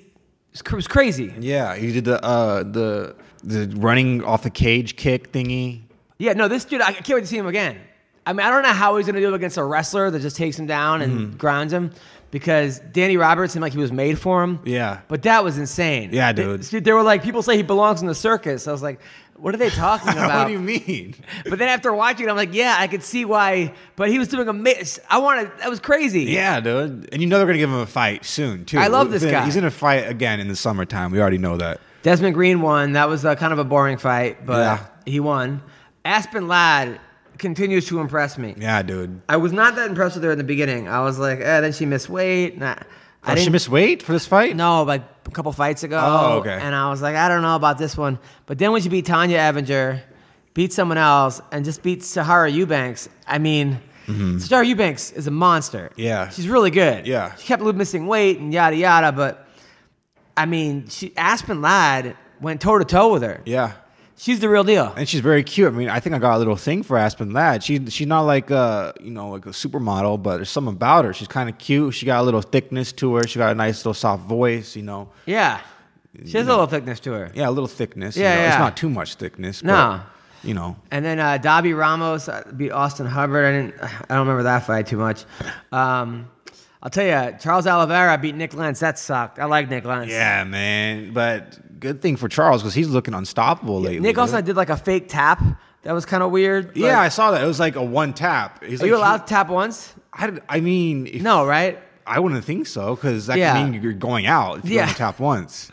S1: was, cr- it was crazy.
S4: Yeah, he did the uh, the the running off the cage kick thingy.
S1: Yeah, no, this dude, I can't wait to see him again. I mean, I don't know how he's going to do against a wrestler that just takes him down and
S4: Mm-hmm.
S1: grinds him because Danny Roberts seemed like he was made for him.
S4: Yeah.
S1: But that was insane.
S4: Yeah,
S1: They-
S4: dude.
S1: They, were like, people say he belongs in the circus. I was like, what are they talking about?
S4: What do you mean?
S1: But then after watching it, I'm like, yeah, I could see why. But he was doing a mix. I wanted, that was crazy.
S4: Yeah, dude. And you know they're gonna give him a fight soon too.
S1: I love this
S4: He's gonna-
S1: guy.
S4: He's gonna fight again in the summertime. We already know that.
S1: Desmond Green won. That was uh kind of a boring fight, but
S4: Yeah.
S1: he won. Aspen Ladd continues to impress me.
S4: Yeah, dude.
S1: I was not that impressed with her in the beginning. I was like, eh, then she missed weight. And I, I
S4: Oh, she
S1: didn't-
S4: missed weight for this fight?
S1: No, like a couple fights ago.
S4: Oh, okay.
S1: And I was like, I don't know about this one. But then when she beat Tanya Evinger, beat someone else, and just beat Sahara Eubanks, I mean, Sahara Eubanks is a monster.
S4: Mm-hmm. Yeah.
S1: She's really good.
S4: Yeah.
S1: She kept missing weight and yada, yada. But I mean, she Aspen Ladd went toe to toe with her.
S4: Yeah.
S1: She's the real deal.
S4: And she's very cute. I mean, I think I got a little thing for Aspen Ladd. She she's not like uh you know like a supermodel, but there's something about her. She's kind of cute. She got a little thickness to her. She got a nice little soft voice. You know,
S1: Yeah. She has a little thickness to her.
S4: yeah, a little thickness. you
S1: Yeah,
S4: know. it's
S1: yeah.
S4: not too much thickness. but,
S1: No.
S4: you know,
S1: And then uh, Dobby Ramos uh, beat Austin Hubbard. I didn't. I don't remember that fight too much. Um, I'll tell you, Charles Oliveira beat Nick Lentz. That sucked. I like Nick Lentz.
S4: yeah, man. But good thing for Charles because he's looking unstoppable lately.
S1: Nick also
S4: dude.
S1: did like a fake tap. That was kind of weird. but-
S4: yeah, I saw that. It was like a one tap. He's
S1: Are
S4: like,
S1: you allowed to tap once?
S4: I, did- I mean, if-
S1: No, right?
S4: I wouldn't think so because that
S1: Yeah.
S4: could mean you're going out if you
S1: Yeah.
S4: only tap once.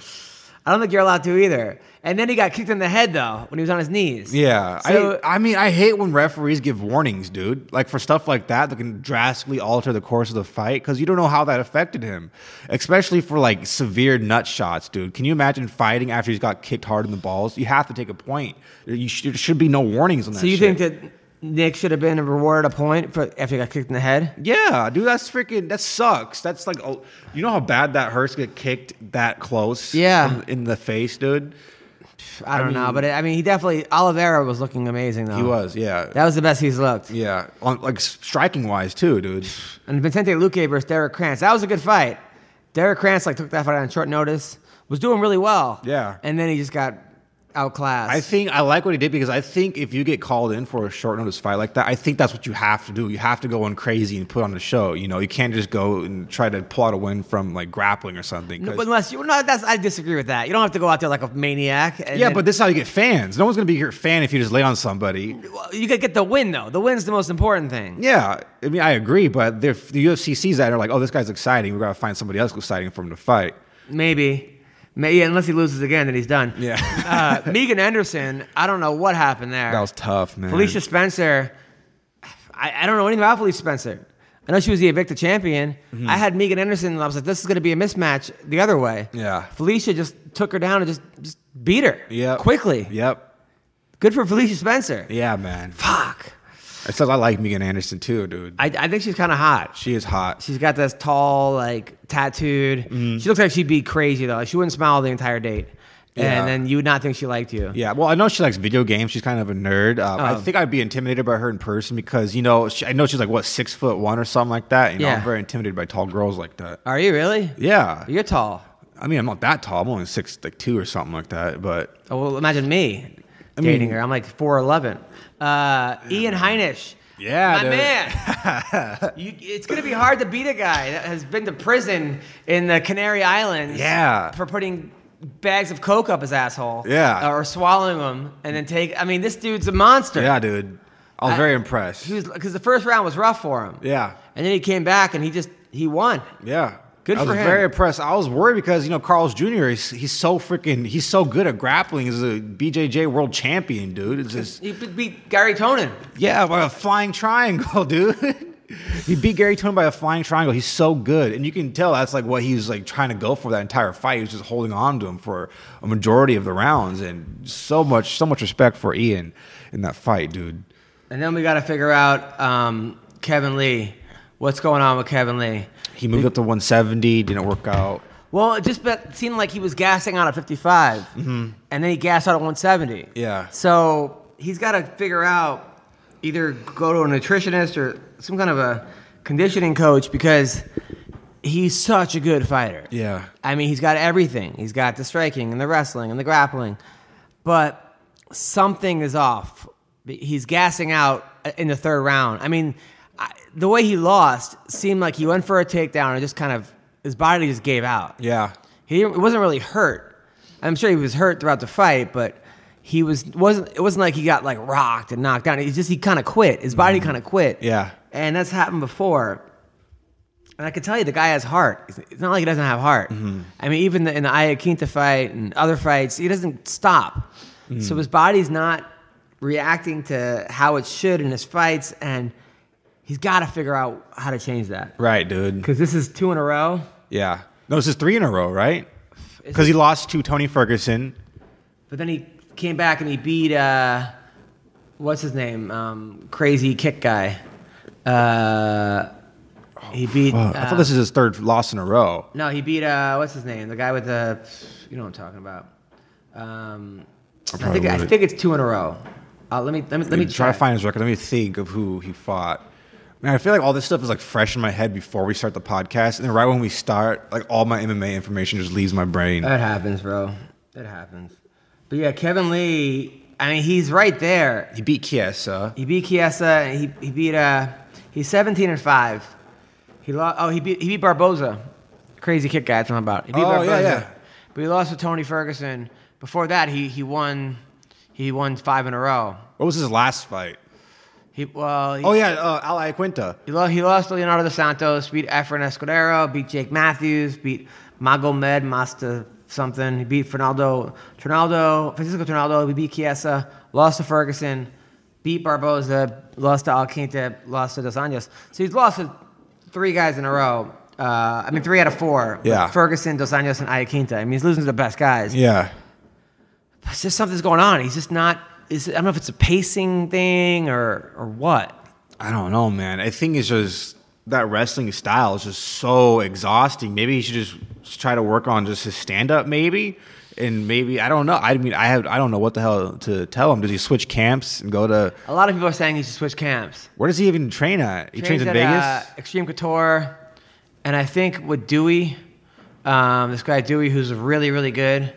S1: I don't think you're allowed to either. And then he got kicked in the head though when he was on his knees.
S4: Yeah,
S1: So,
S4: I, I mean, I hate when referees give warnings, dude. Like for stuff like that that can drastically alter the course of the fight because you don't know how that affected him, especially for like severe nut shots, dude. Can you imagine fighting after he's got kicked hard in the balls? You have to take a point. You should, there should be no warnings on that.
S1: so you
S4: shit.
S1: think that Nick should have been rewarded a point for after he got kicked in the head?
S4: Yeah, dude, that's freaking. That sucks. That's like, oh, you know how bad that hurts to get kicked that close.
S1: Yeah.
S4: in, in the face, dude.
S1: I don't know, but I I mean, he definitely Oliveira was looking amazing though.
S4: He was, yeah,
S1: That was the best he's looked.
S4: yeah, on, like striking wise too, dude.
S1: And Vicente Luque versus Derek Krantz. That was a good fight. Derek Krantz like took that fight on short notice. Was doing really well.
S4: Yeah.
S1: And then he just got outclassed.
S4: I think I like what he did because I think if you get called in for a short notice fight like that, I think that's what you have to do. You have to go on crazy and put on a show. You know, you can't just go and try to pull out a win from like grappling or something.
S1: No,
S4: 'cause-
S1: but unless you no, that's I disagree with that. You don't have to go out there like a maniac. and
S4: yeah,
S1: then-
S4: but this is how you get fans. No one's gonna be your fan if you just lay on somebody.
S1: Well, you could get the win though. The win's the most important thing.
S4: Yeah, I mean, I agree, but they're- the UFC sees that and they're like, "Oh, this guy's exciting. We gotta find somebody else exciting for him to fight."
S1: Maybe. Maybe yeah, unless he loses again, then he's done.
S4: Yeah.
S1: uh, Megan Anderson, I don't know what happened there.
S4: That was tough, man.
S1: Felicia Spencer, I, I don't know anything about Felicia Spencer. I know she was the Evicta champion.
S4: Mm-hmm.
S1: I had Megan Anderson, and I was like, this is going to be a mismatch the other way.
S4: Yeah.
S1: Felicia just took her down and just, just beat her
S4: Yep.
S1: quickly.
S4: Yep.
S1: Good for Felicia Spencer.
S4: Yeah, man.
S1: Fuck.
S4: I said I like Megan Anderson too, dude.
S1: I, I think she's kind of hot.
S4: she is hot.
S1: She's got this tall, like tattooed.
S4: Mm-hmm.
S1: She looks like she'd be crazy though. She wouldn't smile the entire date,
S4: Yeah.
S1: and then you would not think she liked you.
S4: Yeah, well, I know she likes video games. She's kind of a nerd. Um,
S1: Oh.
S4: I think I'd be intimidated by her in person because you know she, I know she's like what six foot one or something like that. You know,
S1: Yeah.
S4: I'm very intimidated by tall girls like that.
S1: Are you really?
S4: Yeah,
S1: You're tall.
S4: I mean, I'm not that tall. I'm only six like two or something like that. But
S1: Oh, well, imagine me
S4: mean-
S1: dating her. I'm like 4'11. Uh, Ian Heinisch.
S4: Yeah,
S1: My man.
S4: dude.
S1: you, it's going to be hard to beat a guy that has been to prison in the Canary Islands
S4: Yeah.
S1: for putting bags of coke up his asshole.
S4: Yeah.
S1: Or swallowing them and then take. I mean, this dude's a monster.
S4: yeah, dude, I was
S1: I-
S4: very impressed.
S1: He was Because the first round was rough for him.
S4: yeah,
S1: And then he came back and he just, he won.
S4: Yeah.
S1: Good
S4: I
S1: for
S4: was
S1: him.
S4: very impressed. I was worried because, you know, Carl's Jr., he's, he's so freaking, he's so good at grappling. He's a BJJ world champion, dude. It's just,
S1: He be- beat Gary Tonin.
S4: yeah, by a flying triangle, dude. he beat Gary Tone by a flying triangle. He's so good. And you can tell that's like what he was like trying to go for that entire fight. He was just holding on to him for a majority of the rounds. And so much, so much respect for Ian in that fight, dude.
S1: And then we got to figure out um, Kevin Lee. What's going on with Kevin Lee?
S4: He moved up to 170, didn't work out.
S1: Well, it just be- seemed like he was gassing out at 55, and then he gassed out at 170.
S4: Mm-hmm. Yeah.
S1: So he's got to figure out either go to a nutritionist or some kind of a conditioning coach because he's such a good fighter.
S4: Yeah.
S1: I mean, he's got everything. He's got the striking and the wrestling and the grappling, but something is off. He's gassing out uh, in the third round. I mean, I, the way he lost seemed like he went for a takedown and just kind of his body just gave out.
S4: Yeah.
S1: He didn't- he wasn't really hurt. I'm sure he was hurt throughout the fight, but he was wasn't. It wasn't like he got like rocked and knocked down. He just he kind of quit. His body kind of quit.
S4: Yeah.
S1: and that's happened before. And I can tell you, the guy has heart. It's- It's not like he doesn't have heart. I mean, even in the Iaquinta fight and other fights, he doesn't stop. So his body's not reacting to how it should in his fights, and he's got to figure out how to change that.
S4: Right, dude.
S1: Because this is two in a row.
S4: Yeah. No, this is three in a row, right? Because he lost to Tony Ferguson.
S1: But then he came back and he beat uh, what's his name? Um, crazy kick guy. Uh, he beat.
S4: Oh, I
S1: uh,
S4: thought this is his third loss in a row.
S1: no, he beat uh, what's his name? The guy with the you know what I'm talking about. Um, I think I
S4: wouldn't.
S1: think it's two in a row. Uh, let me let me let me
S4: try to
S1: check.
S4: find his record. Let me think of who he fought. Man, I feel like all this stuff is like fresh in my head before we start the podcast, and then right when we start, like all my MMA information just leaves my brain.
S1: That happens, bro. That happens. But yeah, Kevin Lee. I mean, he's right there.
S4: he beat Kiesa.
S1: He beat Chiesa. and He he beat uh he's 17 and five. He lost. Oh, he beat he beat Barboza, crazy kick guy. That's what I'm about. He beat
S4: Oh, yeah,
S1: Barboza,
S4: yeah.
S1: But he lost to Tony Ferguson. Before that, he he won he won five in a row.
S4: What was his last fight?
S1: He well. He,
S4: Oh yeah, uh, Ally Quinta.
S1: He lost, he lost to Leonardo dos Santos, beat Efren Escudero, beat Jake Matthews, beat Magomed Masta something. He beat Fernaldo, Trinaldo, Francisco Trinaldo. He beat Chiesa, lost to Ferguson, beat Barboza, lost to Alquinta, lost to Dos Anjos. So he's lost to three guys in a row. Uh, I mean, three out of four. with
S4: Yeah.
S1: Ferguson, Dos Anjos, and Iaquinta. I mean, he's losing to the best guys.
S4: Yeah,
S1: It's just something's going on. He's just not. Is, I don't know if it's a pacing thing or or what.
S4: I don't know, man. I think it's just that wrestling style is just so exhausting. Maybe he should just s- try to work on just his stand up, maybe. And maybe I don't know. I mean, I have I don't know what the hell to tell him. Does he switch camps and go to
S1: A lot of people are saying he should switch camps.
S4: where does he even train at? He trains, in
S1: at,
S4: Vegas.
S1: uh, Extreme Couture, and I think with Dewey, um, this guy Dewey, who's really really good,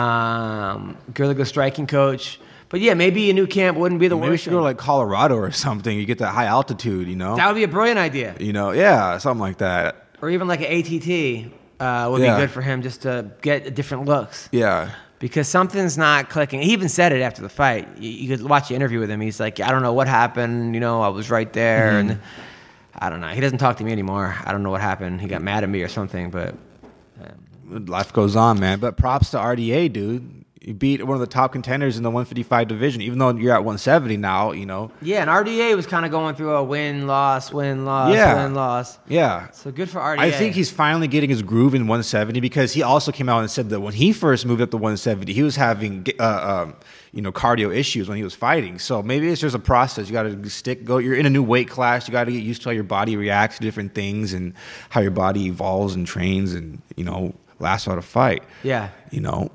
S1: um, really good striking coach. But yeah, maybe a new camp wouldn't be the
S4: Maybe we
S1: worst.
S4: should go to
S1: thing.
S4: like Colorado or something. You get that high altitude, you know.
S1: that would be a brilliant idea,
S4: you know, yeah, something like that.
S1: or even like an ATT uh, would
S4: Yeah.
S1: be good for him just to get different looks.
S4: Yeah,
S1: because something's not clicking. He even said it after the fight. You, you could watch the interview with him. He's like, I don't know what happened. You know, I was right there,
S4: Mm-hmm.
S1: and I don't know. He doesn't talk to me anymore. I don't know what happened. He got mad at me or something. But
S4: life goes on, man. But props to RDA, dude. You beat one of the top contenders in the 155 division, even though you're at 170 now. You know.
S1: yeah, and RDA was kind of going through a win loss, win loss,
S4: Yeah.
S1: win loss.
S4: Yeah.
S1: So good for RDA.
S4: I think he's finally getting his groove in 170 because he also came out and said that when he first moved up to 170, he was having uh, um, you know cardio issues when he was fighting. So maybe it's just a process. You got to stick. Go. You're in a new weight class. You got to get used to how your body reacts to different things and how your body evolves and trains and you know lasts out a fight.
S1: Yeah.
S4: You know.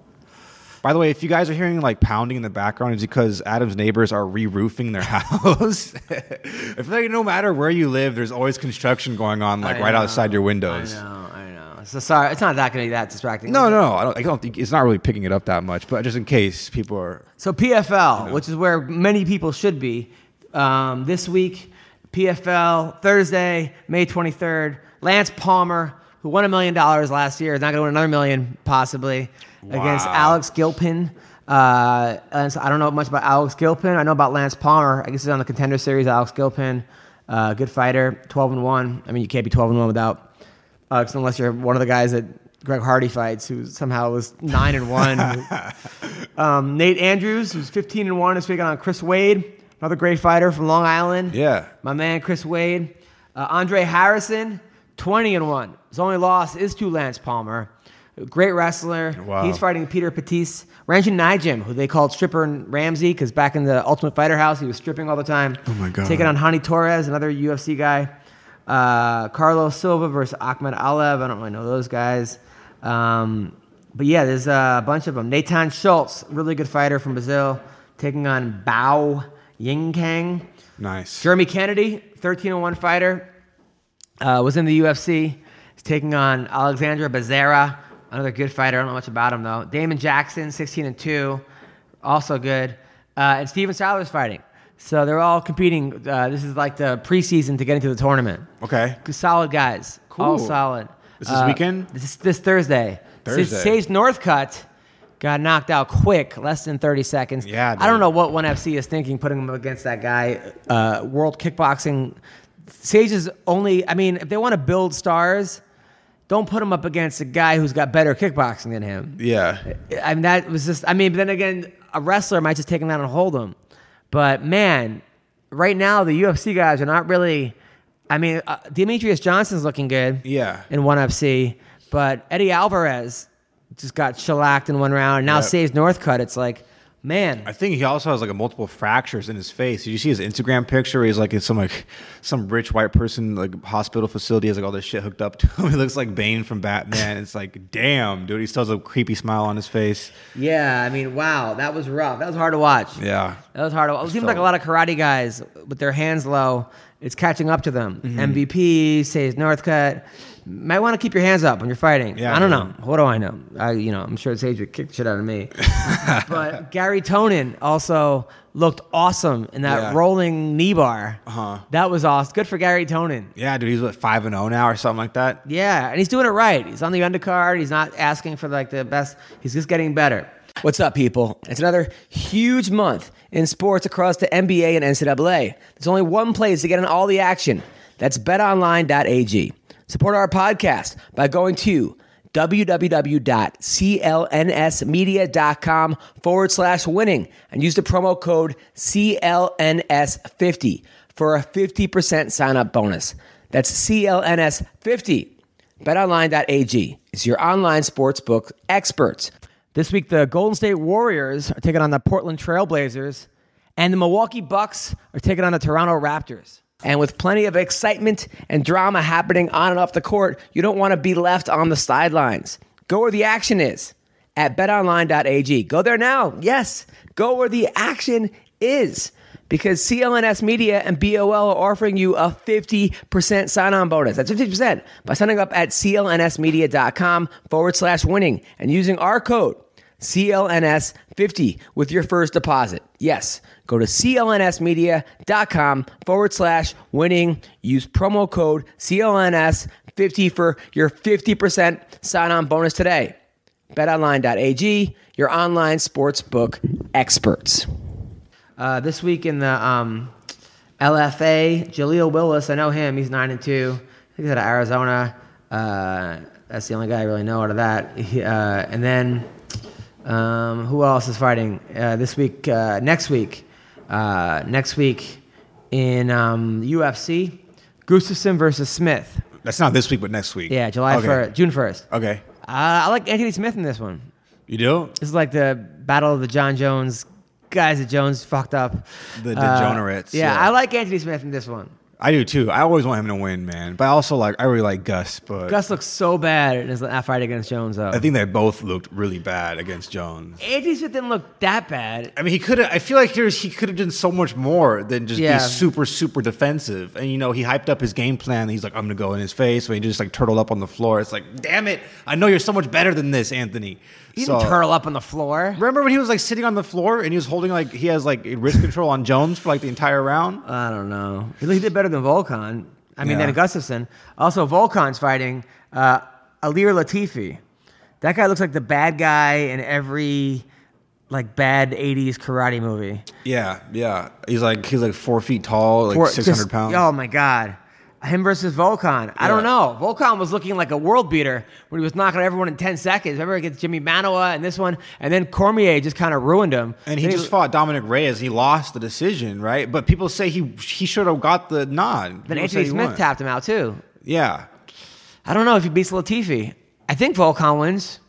S4: By the way, if you guys are hearing like pounding in the background, it's because Adam's neighbors are re-roofing their house. if like no matter where you live, there's always construction going on, like
S1: I
S4: right
S1: know.
S4: outside your windows.
S1: I know. I know. So sorry, it's not that going to be that distracting.
S4: No, no, I don't. I don't think it's not really picking it up that much. But just in case people are,
S1: So PFL, which is where many people should be, um, this week, PFL Thursday, May 23rd. Lance Palmer, who won a million dollars last year, is not going to win another million possibly against Alex Gilpin. Uh, and so I don't know much about Alex Gilpin. I know about Lance Palmer. I guess he's on the Contender Series. Alex Gilpin, uh, good fighter, 12 and one. I mean, you can't be 12 and one without Alex unless you're one of the guys that Greg Hardy fights, who somehow was nine and one. Um, Nate Andrews, who's 15 and 1, is taking on Chris Wade, another great fighter from Long Island.
S4: Yeah.
S1: My man, Chris Wade. Uh, Andre Harrison, 20 and 1. His only loss is to Lance Palmer. Great wrestler.
S4: Wow.
S1: He's fighting Peter Patisse. Ranjan Nijim, who they called Stripper and Ramsey, because back in the Ultimate Fighter house, he was stripping all the time. Oh,
S4: my God.
S1: Taking on Hani Torres, another UFC guy. Uh, Carlos Silva versus Ahmed Alev. I don't really know those guys. Um, but yeah, there's uh, a bunch of them. Nathan Schultz, really good fighter from Brazil, taking on Bao Yingkang.
S4: nice.
S1: oh Jeremy Kennedy, 13 1 fighter, uh, was in the UFC. He's taking on Alexandra Bezerra, another good fighter. I don't know much about him though. Damon Jackson, 16 and two, also good. Uh, and Steven Siler's fighting. So they're all competing. Uh, this is like the preseason to get into the tournament.
S4: Okay.
S1: Good- Solid guys. All
S4: Cool.
S1: solid. Uh,
S4: This is weekend?
S1: This is this Thursday. S-
S4: Thursday.
S1: Sage Northcutt got knocked out quick, less than 30 seconds.
S4: Yeah,
S1: I don't
S4: dude.
S1: know what 1FC is thinking putting him against that guy. Uh, World Kickboxing. Sage is only, I mean, if they want to build stars, don't put him up against a guy who's got better kickboxing than him.
S4: Yeah.
S1: I mean, that was just. I mean, but then again, a wrestler might just take him down and hold him. But man, right now the UFC guys are not really. I mean, uh, Demetrius Johnson's looking good.
S4: Yeah.
S1: In one FC, but Eddie Alvarez just got shellacked in one round. And now
S4: Yep.
S1: saves Northcutt. It's like, man,
S4: I think he also has like a multiple fractures in his face. Did you see his Instagram picture where he's like in some like some rich white person like hospital facility has like all this shit hooked up to him. He looks like Bane from Batman. It's like, damn, dude, he still has a creepy smile on his face.
S1: yeah. I mean, wow, that was rough. That was hard to watch.
S4: Yeah.
S1: That was hard. It seems
S4: felt-
S1: like a lot of karate guys with their hands low. It's catching up to them.
S4: Mm-hmm.
S1: MVP says Northcutt. Might want to keep your hands up when you're fighting.
S4: Yeah,
S1: I don't
S4: man.
S1: know. What do I know? I, you know, I'm sure Sage would kick the shit out of me. but Gary Tonin also looked awesome in that
S4: Yeah.
S1: rolling knee bar. Uh-huh. That was awesome. Good for Gary Tonin.
S4: Yeah, dude, he's what five and zero now or something like that.
S1: Yeah, and he's doing it right. He's on the undercard. He's not asking for like the best. He's just getting better. What's up, people? It's another huge month in sports across the NBA and NCAA. There's only one place to get in all the action. That's betonline.ag. Support our podcast by going to www.clnsmedia.com forward slash winning and use the promo code CLNS50 for a 50% sign up bonus. That's CLNS50. BetOnline.ag is your online sportsbook experts. This week, the Golden State Warriors are taking on the Portland Trailblazers, and the Milwaukee Bucks are taking on the Toronto Raptors. And with plenty of excitement and drama happening on and off the court, you don't want to be left on the sidelines. Go where the action is at betonline.ag. Go there now. Yes, go where the action is because CLNS Media and BOL are offering you a 50% sign on bonus. That's 50% by signing up at clnsmedia.com forward slash winning and using our code CLNS50 with your first deposit. Yes, go to clnsmedia.com forward slash winning. Use promo code CLNS50 for your 50% sign on bonus today. BetOnline.ag, your online sportsbook experts. Uh, this week in the um, LFA, Jaleel Willis, I know him. He's nine and two. I think he's out of Arizona. Uh, that's the only guy I really know out of that. He, uh, and then um, who else is fighting uh, this week? Uh, next week, uh, next week in um, UFC, Gustafson versus Smith.
S4: That's not this week, but next week.
S1: Yeah, July
S4: Okay.
S1: first, June first. Uh,
S4: Okay.
S1: I like Anthony Smith in this one.
S4: You do?
S1: This is like the battle of the John Jones guys that Jones fucked up. Uh,
S4: The- the Jonerets,
S1: Yeah,
S4: yeah.
S1: I like Anthony Smith in this one.
S4: I do too. I always want him to win, man. But I also like I really like Gus, but
S1: Gus looks so bad in his that fight against Jones though.
S4: I think they both looked really bad against Jones.
S1: Anthony Smith didn't look that bad.
S4: I mean, he could have. I feel like there's, he could have done so much more than just
S1: Yeah.
S4: be super, super defensive. And you know, he hyped up his game plan. He's like, "I'm gonna go in his face," when he just like turtled up on the floor. It's like, "Damn it! I know you're so much better than this, Anthony."
S1: He
S4: So-
S1: didn't turtle up on the floor.
S4: Remember when he was like sitting on the floor and he was holding like he has like wrist control on Jones for like the entire round?
S1: I don't know. He did better than Volkan. I mean,
S4: Yeah.
S1: than Gustafson. Also, Volkan's fighting uh, Alir Latifi. That guy looks like the bad guy in every like bad '80s karate movie.
S4: Yeah, yeah. He's like he's like four feet tall, like
S1: Four-
S4: six hundred
S1: just-
S4: pounds.
S1: Oh my god. Him versus Volkan. I don't
S4: Yeah.
S1: know. Volkan was looking like a world beater when he was knocking out everyone in 10 seconds. Remember against Jimmy Manoa and this one? And then Cormier just kind of ruined him.
S4: And he
S1: Then
S4: just fought Dominic Reyes. He lost the decision, right? But people say he he should have got the nod.
S1: Then
S4: People say
S1: Anthony
S4: he
S1: Smith
S4: won.
S1: tapped him out too.
S4: Yeah.
S1: I don't know if he beats Latifi. I think Volkan wins.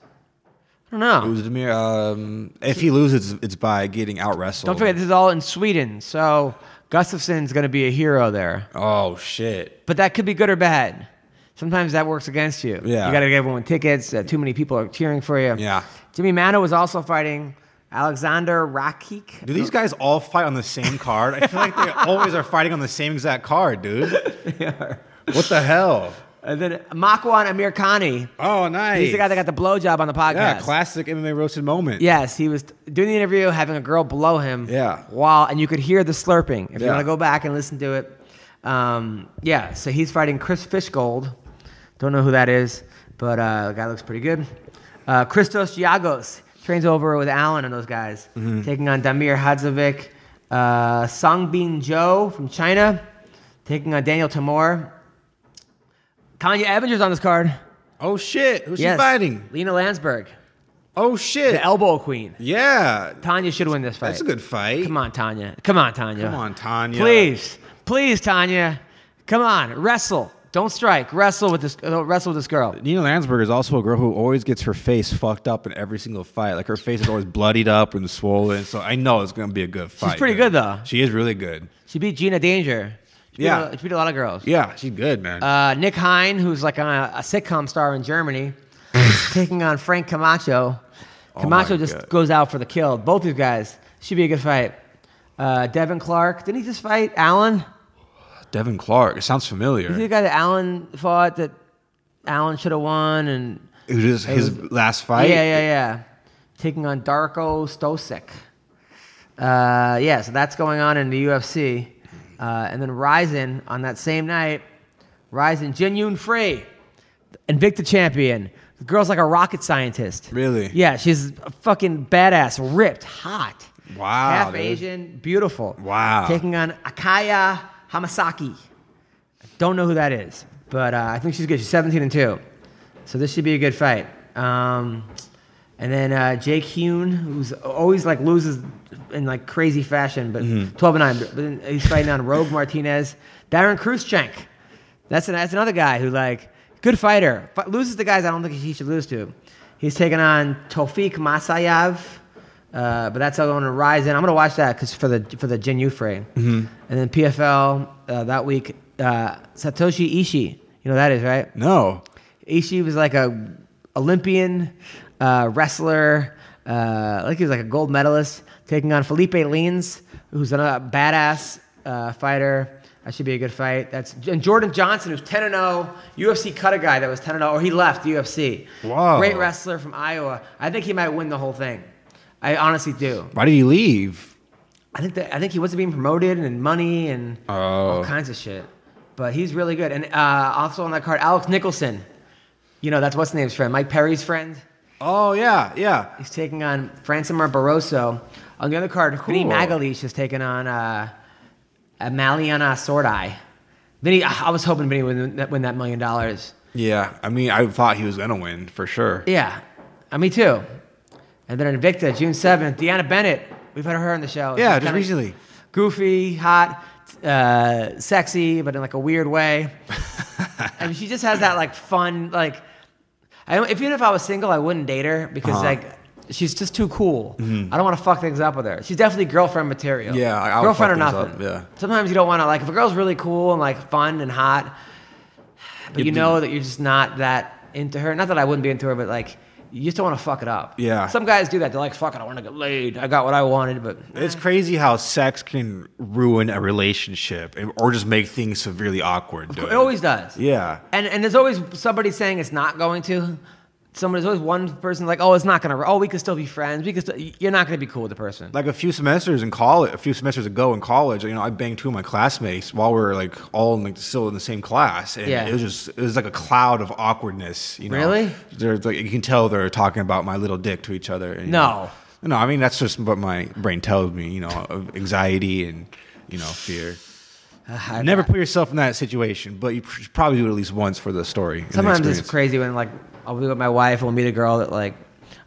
S1: I don't know.
S4: Ozdemir, um, if he loses, it's by getting out wrestled.
S1: Don't forget, this is all in Sweden. So Gustafsson's going to be a hero there.
S4: Oh shit!
S1: But that could be good or bad. Sometimes that works against you.
S4: Yeah.
S1: You got to give everyone tickets. Uh, too many people are cheering for you.
S4: Yeah.
S1: Jimmy Mano was also fighting Alexander Rakic.
S4: Do these guys all fight on the same card? I feel like they always are fighting on the same exact card, dude. What the hell?
S1: And then Makwan Amir Khani.
S4: Oh, nice.
S1: He's the guy that got the blowjob on the podcast.
S4: yeah, classic MMA roasted moment.
S1: Yes, he was doing the interview, having a girl blow him.
S4: Yeah.
S1: While and you could hear the slurping. If you
S4: Yeah.
S1: want to go back and listen to it, um, yeah. So he's fighting Chris Fishgold. Don't know who that is, but uh, the guy looks pretty good. Uh, Christos Giagos trains over with Allen and those guys,
S4: Mm-hmm.
S1: taking on Damir Hadzovic. Uh, Songbin Joe from China, taking on Daniel Tamor. Tanya Evanger's on this card.
S4: Oh shit, who's
S1: Yes.
S4: she fighting?
S1: Lena Landsberg,
S4: Oh shit.
S1: the elbow queen.
S4: yeah,
S1: Tanya should win this fight.
S4: that's a good fight.
S1: Come on, Tanya. Come on, Tanya.
S4: Come on, Tanya.
S1: Please, please, Tanya. Come on, wrestle. Don't strike. Wrestle with this. uh, Wrestle with this girl.
S4: Nina Landsberg is also a girl who always gets her face fucked up in every single fight. Like her face is always bloodied up and swollen. So I know it's gonna be a good fight.
S1: pretty
S4: man.
S1: good, though.
S4: She is really good.
S1: She beat Gina Danger. She beat
S4: Yeah.
S1: a- she beat a lot of girls.
S4: Yeah, she's good, man.
S1: Uh, Nick Hine, who's like a, a sitcom star in Germany, taking on Frank Camacho. Camacho
S4: Oh my
S1: just
S4: God.
S1: goes out for the kill. Both these guys should be a good fight. Uh, Devin Clark. Didn't he just fight Allen?
S4: Devin Clark. It sounds
S1: He's the
S4: familiar.
S1: guy that Allen fought that Allen should have won and.
S4: It was just his last fight.
S1: Yeah, yeah, yeah. Taking on Darko Stosic. Uh, yeah, so that's going on in the UFC. Uh, and then Ryzen on that same night, Ryzen Jinyun Free, Invicta champion. The girl's like a rocket scientist.
S4: Really?
S1: Yeah, she's a fucking badass, ripped, hot.
S4: Wow,
S1: Half
S4: dude.
S1: Asian, beautiful.
S4: Wow.
S1: Taking on Akaya Hamasaki. Don't know who that is, but uh, I think she's good. She's 17 and 2. So this should be a good fight. Um, and then uh, Jake Hune, who's always like loses in like crazy fashion, but 12 and 9. But then he's fighting on Rogue Martinez. Darren Khrushchenk. That's, an, that's another guy who, like, good fighter. But loses to guys I don't think he should lose to. He's taking on Tofik Masayev. Uh, but that's all going to Ryzen. I'm going to watch that because for the for the Jin Yufrey. And then PFL uh, that week, uh, Satoshi Ishii. You know who that is right.
S4: No.
S1: Ishii was like a Olympian uh, wrestler. Uh, like he was like a gold medalist taking on Felipe Leans, who's another badass uh, fighter. That should be a good fight. That's and Jordan Johnson, who's ten and oh. zero, UFC cut a guy that was ten and zero, or he left the UFC.
S4: Wow.
S1: Great wrestler from Iowa. I think he might win the whole thing. I honestly do.
S4: Why did he leave?
S1: I think that I think he wasn't being promoted and money and
S4: Oh.
S1: all kinds of shit. But he's really good. And uh, also on that card, Alex Nicholson. You know, that's what's name's friend, Mike Perry's friend.
S4: Oh yeah, yeah.
S1: He's taking on Francimer Barroso. On the other card, Vinny
S4: Cool.
S1: Magalish is taking on uh, Maliana Sordai. Vinny, I I was hoping Vinny would win- win that million dollars.
S4: Yeah. I mean, I thought he was gonna win for sure.
S1: Yeah, uh, me too. And then Invicta, June seventh, Deanna Bennett. We've had her on the show. She's
S4: Yeah, just
S1: kinda
S4: recently.
S1: Goofy, hot, uh, sexy, but in like a weird way. I mean, she just has that like fun like. I don't, if even if I was single, I wouldn't date her
S4: Uh-huh.
S1: because like she's just too cool. I don't want to fuck things up with her. She's definitely girlfriend material.
S4: Mm-hmm. Yeah, I- I would
S1: girlfriend or
S4: fuck
S1: nothing.
S4: things up, yeah.
S1: Sometimes you don't want to like if a girl's really cool and like fun and hot, but you know that you're just not that into her. Not that I wouldn't be into her, but like you just don't want to fuck it up.
S4: Yeah.
S1: Some guys do that. They're like, "Fuck it, I want to get laid. I got what I wanted." But
S4: It's crazy how sex can ruin a relationship and- or just make things severely awkward. dude.
S1: It always does.
S4: Yeah.
S1: And and there's always somebody saying it's not going to. Somebody's always one person like, oh, it's not gonna. Oh, we can still be friends. We can. Still, you're not gonna be cool with the person.
S4: Like a few semesters in college, a few semesters ago in college, you know, I banged two of my classmates while we were like all in, like still in the same class, and
S1: Yeah.
S4: it was just it was like a cloud of awkwardness. You know,
S1: Really?
S4: There's like you can tell they're talking about my little dick to each other. and, you
S1: No.
S4: know. no, I mean that's just what my brain tells me. You know, of anxiety and you know fear. Never put yourself in that situation, but you pr- should probably do it at least once for the story. and the
S1: Sometimes it's
S4: experience.
S1: crazy when like I'll be with my wife. We'll meet a girl that like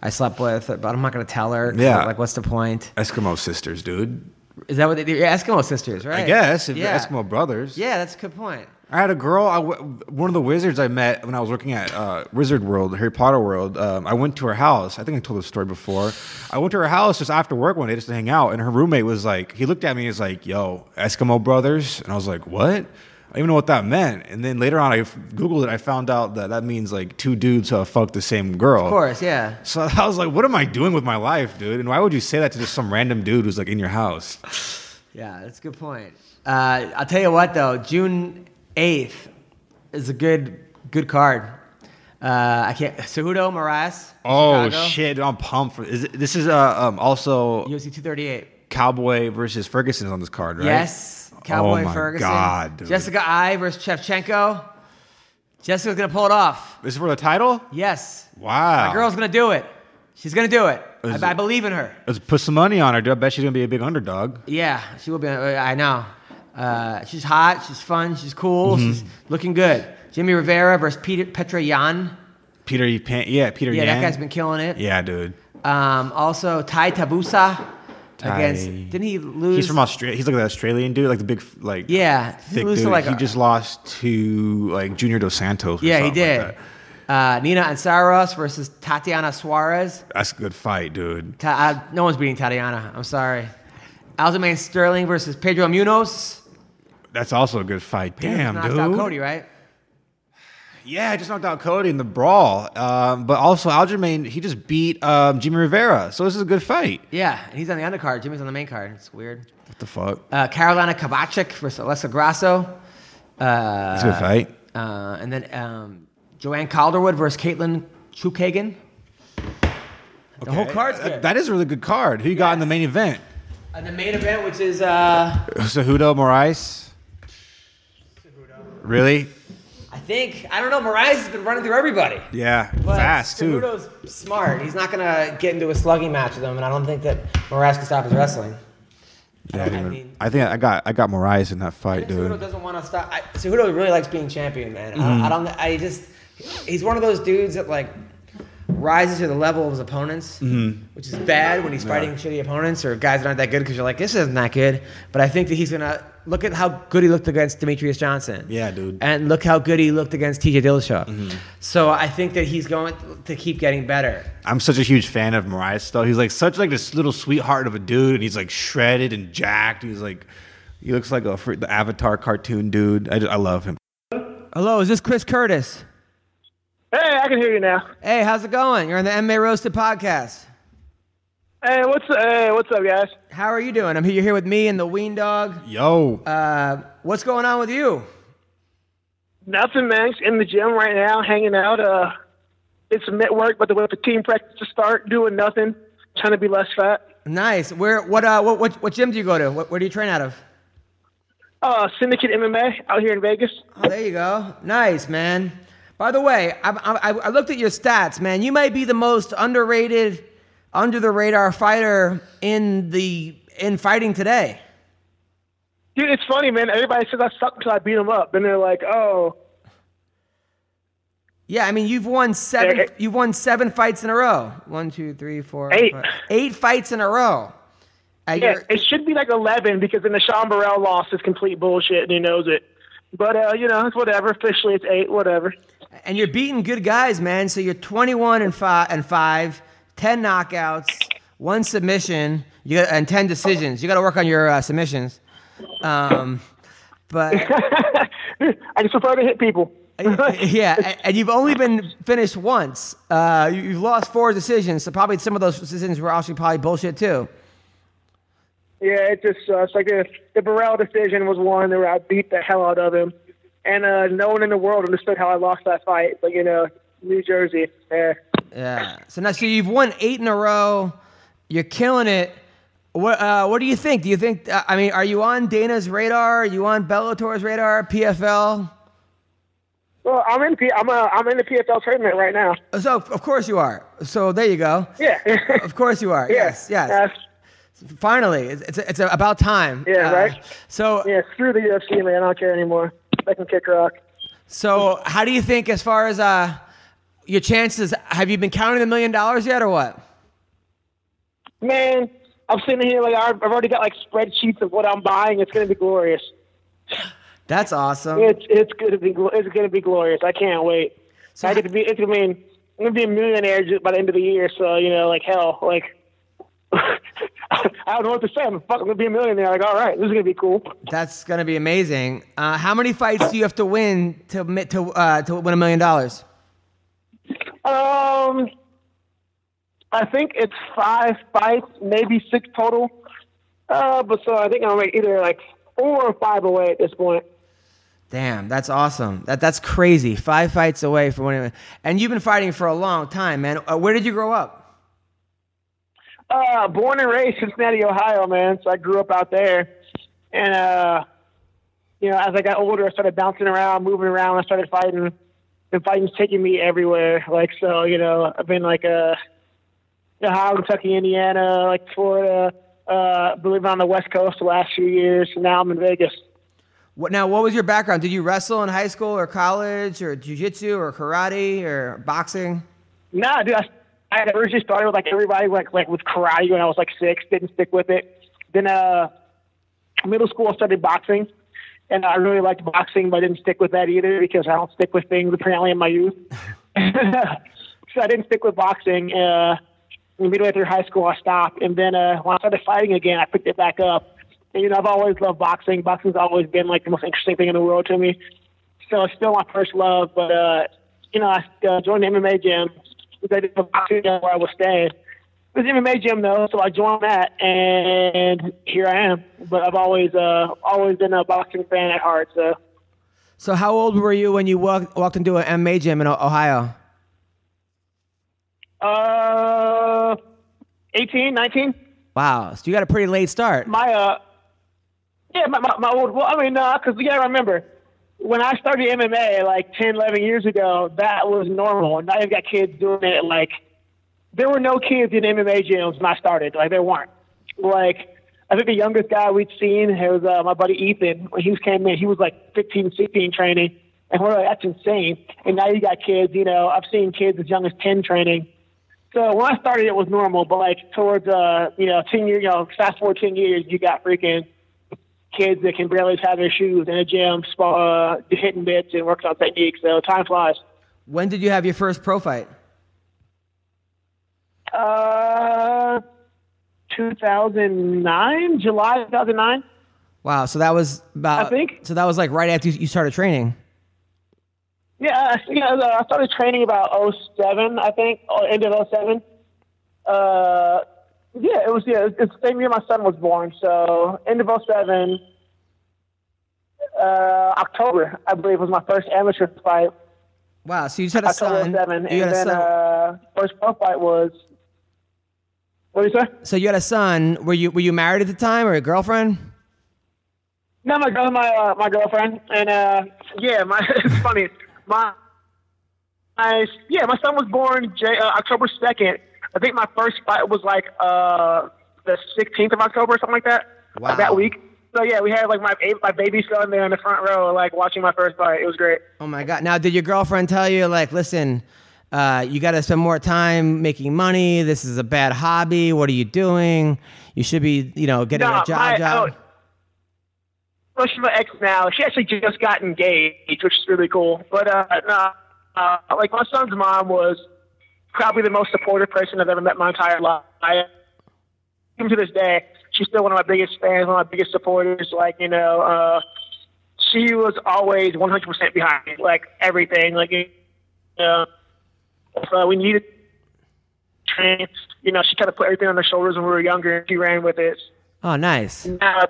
S1: I slept with, but I'm not gonna tell her. 'cause,
S4: Yeah.
S1: Like, what's the point?
S4: Eskimo sisters, dude.
S1: Is that what they do? You're Eskimo sisters, right?
S4: I guess if
S1: yeah.
S4: you're Eskimo brothers.
S1: Yeah, that's a good point.
S4: I had a girl. I w- one of the wizards I met when I was working at uh, Wizard World, Harry Potter World. Um, I went to her house. I think I told this story before. I went to her house just after work one day just to hang out, and her roommate was like, he looked at me. and was like, "Yo, Eskimo Brothers," and I was like, "What?" I didn't even know what that meant. And then later on, I f- googled it. I found out that that means like two dudes who have fucked the same girl.
S1: Of course, yeah.
S4: So I was like, "What am I doing with my life, dude? And why would you say that to just some random dude who's like in your house?"
S1: Yeah, that's a good point. Uh, I'll tell you what, though, June 8th is a good Good card. Uh, I can't. Cejudo Moraes.
S4: Oh
S1: Chicago,
S4: shit! I'm pumped for is it, this. Is uh, um, also
S1: UFC 238.
S4: Cowboy versus Ferguson is on this card, right?
S1: Yes. Cowboy
S4: oh my
S1: Ferguson.
S4: God, dude.
S1: Jessica I versus Chevchenko. Jessica's gonna pull it off.
S4: This is for the title.
S1: Yes.
S4: Wow.
S1: My girl's gonna do it. She's gonna do it. I,
S4: Is
S1: I
S4: it-
S1: believe in her.
S4: Let's put some money on her. Dude. I bet she's gonna be a big underdog.
S1: Yeah, she will be. I know. Uh, she's hot. She's fun. She's cool.
S4: Mm-hmm.
S1: She's looking good. Jimmy Rivera versus Peter Petra Yan.
S4: Peter, you pan- yeah, Peter.
S1: Yeah, that
S4: Yan.
S1: guy's been killing it.
S4: Yeah, dude.
S1: Um, also, Tai Tabusa against.
S4: Tai-
S1: Didn't he lose?
S4: He's from Australia. He's like that Australian dude, like the big, like
S1: Yeah, he
S4: thick
S1: lose to,
S4: dude.
S1: like,
S4: he
S1: a-
S4: just lost to like Junior Dos Santos. Or
S1: Yeah, he
S4: something like
S1: did. uh, Nina Ansaros versus Tatiana Suarez.
S4: that. That's a good fight, dude.
S1: Ta- uh, no one's beating Tatiana. I'm sorry. Aljamain Sterling versus Pedro Munoz.
S4: That's also a good fight. Damn,
S1: knocked
S4: dude.
S1: out Cody, right?
S4: Yeah, just knocked out Cody in the brawl. Um, but also Aljamain, he just beat um, Jimmy Rivera. So this is a good fight.
S1: Yeah, and he's on the undercard. Jimmy's on the main card. It's weird.
S4: What the fuck?
S1: Uh, Carolina Kovacic versus Alessa Grasso.
S4: That's a good fight.
S1: Uh, and then um, Joanne Calderwood versus Caitlin Chukagan. The whole card's
S4: That-
S1: good.
S4: Uh, that is a really good card. Who you got in the main event?
S1: and the main event, which is uh,
S4: Cejudo Moraes. Really?
S1: I think I don't know. Marias has been running through everybody.
S4: Yeah.
S1: But
S4: Fast too.
S1: Cejudo's smart. He's not gonna get into a slugging match with him, and I don't think that Marias can stop his wrestling.
S4: Yeah, I, didn't
S1: I
S4: even-
S1: mean-
S4: I think I got I got Moraes in that fight,
S1: Cejudo
S4: dude.
S1: doesn't want to stop. I, Cejudo really likes being champion, man. I, I
S4: Mm-hmm.
S1: don't. I just. He's one of those dudes that like rises to the level of his opponents,
S4: Mm-hmm.
S1: which is bad when he's fighting shitty opponents or guys that aren't that good because you're like, this isn't that good. But I think that he's gonna look at how good he looked against Demetrius Johnson.
S4: Yeah, dude. Mm-hmm.
S1: And look how good he looked against T.J. Dillashaw. So I think that he's going to keep getting better.
S4: I'm such a huge fan of Moraes though. He's like such like this little sweetheart of a dude, and he's like shredded and jacked. He's like he looks like a fr- the Avatar cartoon dude. I, just, I love him.
S1: Hello, is this Chris Curtis?
S5: Hey, I can hear you now.
S1: Hey, how's it going? You're on the MMA Roasted podcast.
S5: Hey, what's hey, what's up, guys?
S1: How are you doing? I'm here. You're here with me and the Ween Dog.
S4: Yo,
S1: Uh, what's going on with you?
S5: Nothing, man. Just in the gym right now, hanging out. Uh, did some network, but the with the team practice to start, doing nothing, trying to be less fat.
S1: Nice. Where? What? Uh, what? What, what gym do you go to? What, where do you train out of?
S5: Uh, Syndicate MMA out here in Vegas.
S1: Oh, there you go. Nice, man. By the way, I, I, I looked at your stats, man. You might be the most underrated, under the radar fighter in the in fighting today.
S5: Dude, it's funny, man. Everybody says I suck until I beat them up, and they're like, "Oh,
S1: Yeah, I mean you've won seven.
S5: Yeah, it-
S1: You've won seven fights in a row. One, two, three, four,
S5: Eight.
S1: five- eight fights in a row. Uh,
S5: yeah."
S1: you're-
S5: It should be like 11 because then the Sean Burrell loss is complete bullshit, and he knows it. But uh, you know, it's whatever. Officially, it's eight. Whatever.
S1: And you're beating good guys, man. So you're 21 and five, and five, 10 knockouts, one submission, you got, and 10 decisions. You got to work on your uh, submissions. Um, but
S5: I just prefer to hit people.
S1: yeah, a- and you've only been finished once. Uh, you- you've lost four decisions, so probably some of those decisions were actually probably bullshit too.
S5: Yeah, it just sucks. Like if the Burrell decision was one where I beat the hell out of him, and uh, no one in the world understood how I lost that fight. But you know, New Jersey, eh.
S1: Yeah. So now, so you've won eight in a row. You're killing it. What uh, What do you think? Do you think? Uh, I mean, are you on Dana's radar? Are you on Bellator's radar? PFL?
S5: Well, I'm in P- I'm uh, I'm in the PFL tournament right now.
S1: So of course you are. So there you go.
S5: Yeah.
S1: Of course you are. Yes. Yes.
S5: Uh,
S1: Finally, it's it's, it's about time. Uh,
S5: Yeah, right?
S1: So
S5: yeah. Screw the UFC, man. I don't care anymore. I can kick rock.
S1: so how do you think as far as uh your chances? Have you been counting the million dollars yet, or what?
S5: Man, I'm sitting here like I've I've already got like spreadsheets of what I'm buying. It's gonna be glorious.
S1: That's awesome.
S5: It's it's gonna be gl- it's gonna be glorious. I can't wait.
S1: So
S5: I get to be. It's gonna mean I'm gonna be a millionaire ju- by the end of the year. So you know, like hell, like I don't know what to say. I'm fuck. I'm gonna be a millionaire. Like all right, this is gonna be cool.
S1: that's gonna be amazing. Uh, how many fights do you have to win to mi- to uh, to win a million dollars?
S5: Um, I think it's five fights, maybe six total. Uh, but so I think I'm like either like four or five away at this point.
S1: Damn, that's awesome. That that's crazy. Five fights away from winning, and you've been fighting for a long time, man. Uh, where did you grow up?
S5: Uh, born and raised Cincinnati, Ohio, man. So I grew up out there, and uh, you know, as I got older, I started bouncing around, moving around. I started fighting, and fighting's taking me everywhere. Like so, you know, I've been like uh, Ohio, Kentucky, Indiana, like Florida. Uh, believe it on the West Coast the last few years. And now I'm in Vegas.
S1: What now? What was your background? Did you wrestle in high school or college or jujitsu or karate or boxing?
S5: No, dude, I, I had originally started with like everybody like like with karate when I was like six. Didn't stick with it. Then uh, middle school I started boxing, and I really liked boxing, but I didn't stick with that either because I don't stick with things apparently in my youth. so I didn't stick with boxing. Uh, midway through high school I stopped, and then uh, when I started fighting again, I picked it back up. And, you know, I've always loved boxing. Boxing's always been like the most interesting thing in the world to me. So it's still my first love. But uh, you know, I uh, joined the MMA gym. They did a boxing gym where I was staying. It was an MMA gym though, so I joined that, and here I am. But I've always uh, always been a boxing fan at heart. So
S1: So, how old were you when you walked walked into an MMA gym in O- Ohio?
S5: uh, 18, 19.
S1: Wow, so you got a pretty late start.
S5: my uh, yeah, my, my, my old. Well, I mean, nah, because you gotta remember when I started MMA like 10, 11 years ago, that was normal. And now you've got kids doing it. Like there were no kids in MMA gyms when I started. Like there weren't. Like I think the youngest guy we'd seen was uh, my buddy Ethan. When he was came in, he was like 15, 16 training, and we're like, that's insane. And now you got kids. You know, I've seen kids as young as 10 training. So when I started, it was normal, but like towards uh, you know, ten year, you know, fast forward ten years, you got freaking kids that can barely tie their shoes in a gym, spa, uh, hitting bits and working on techniques. So time flies.
S1: When did you have your first pro fight?
S5: Uh, 2009, July 2009.
S1: Wow, so that was about.
S5: I think-
S1: so. That was like right after you you started training.
S5: Yeah, I- you know, I started training about '07, I think, or end of '07. Uh, yeah, it was yeah, it's the same year my son was born. So end of '07, uh, October, I believe, was my first amateur fight.
S1: Wow, so you just had a
S5: October
S1: son.
S5: '07,
S1: you had a
S5: and then
S1: son.
S5: uh, first pro fight was. What do you say?
S1: so you had a son. Were you were you married at the time or a girlfriend?
S5: No, my girl, my uh, my girlfriend, and uh, yeah, my it's funny. My, my yeah, my son was born J, uh, October second. I think my first fight was like uh, the sixteenth of October, or something like that. Like,
S1: Wow.
S5: that week. So yeah, we had like my ba- my baby son there in the front row, like watching my first fight. It was great.
S1: Oh my god! Now, did your girlfriend tell you like, listen, uh, you got to spend more time making money. This is a bad hobby. What are you doing? You should be, you know, getting
S5: No,
S1: a job.
S5: my-
S1: job.
S5: oh. Well, she's my ex now. She actually just got engaged, which is really cool. But uh, no, uh, like my son's mom was probably the most supportive person I've ever met in my entire life. I, even to this day, she's still one of my biggest fans, one of my biggest supporters. Like you know, uh, she was always 100% behind me, like everything. Like you know, if uh, we needed to train, you know, she kind of put everything on her shoulders when we were younger, and she ran with it. Uh,
S1: Oh, nice,
S5: Now,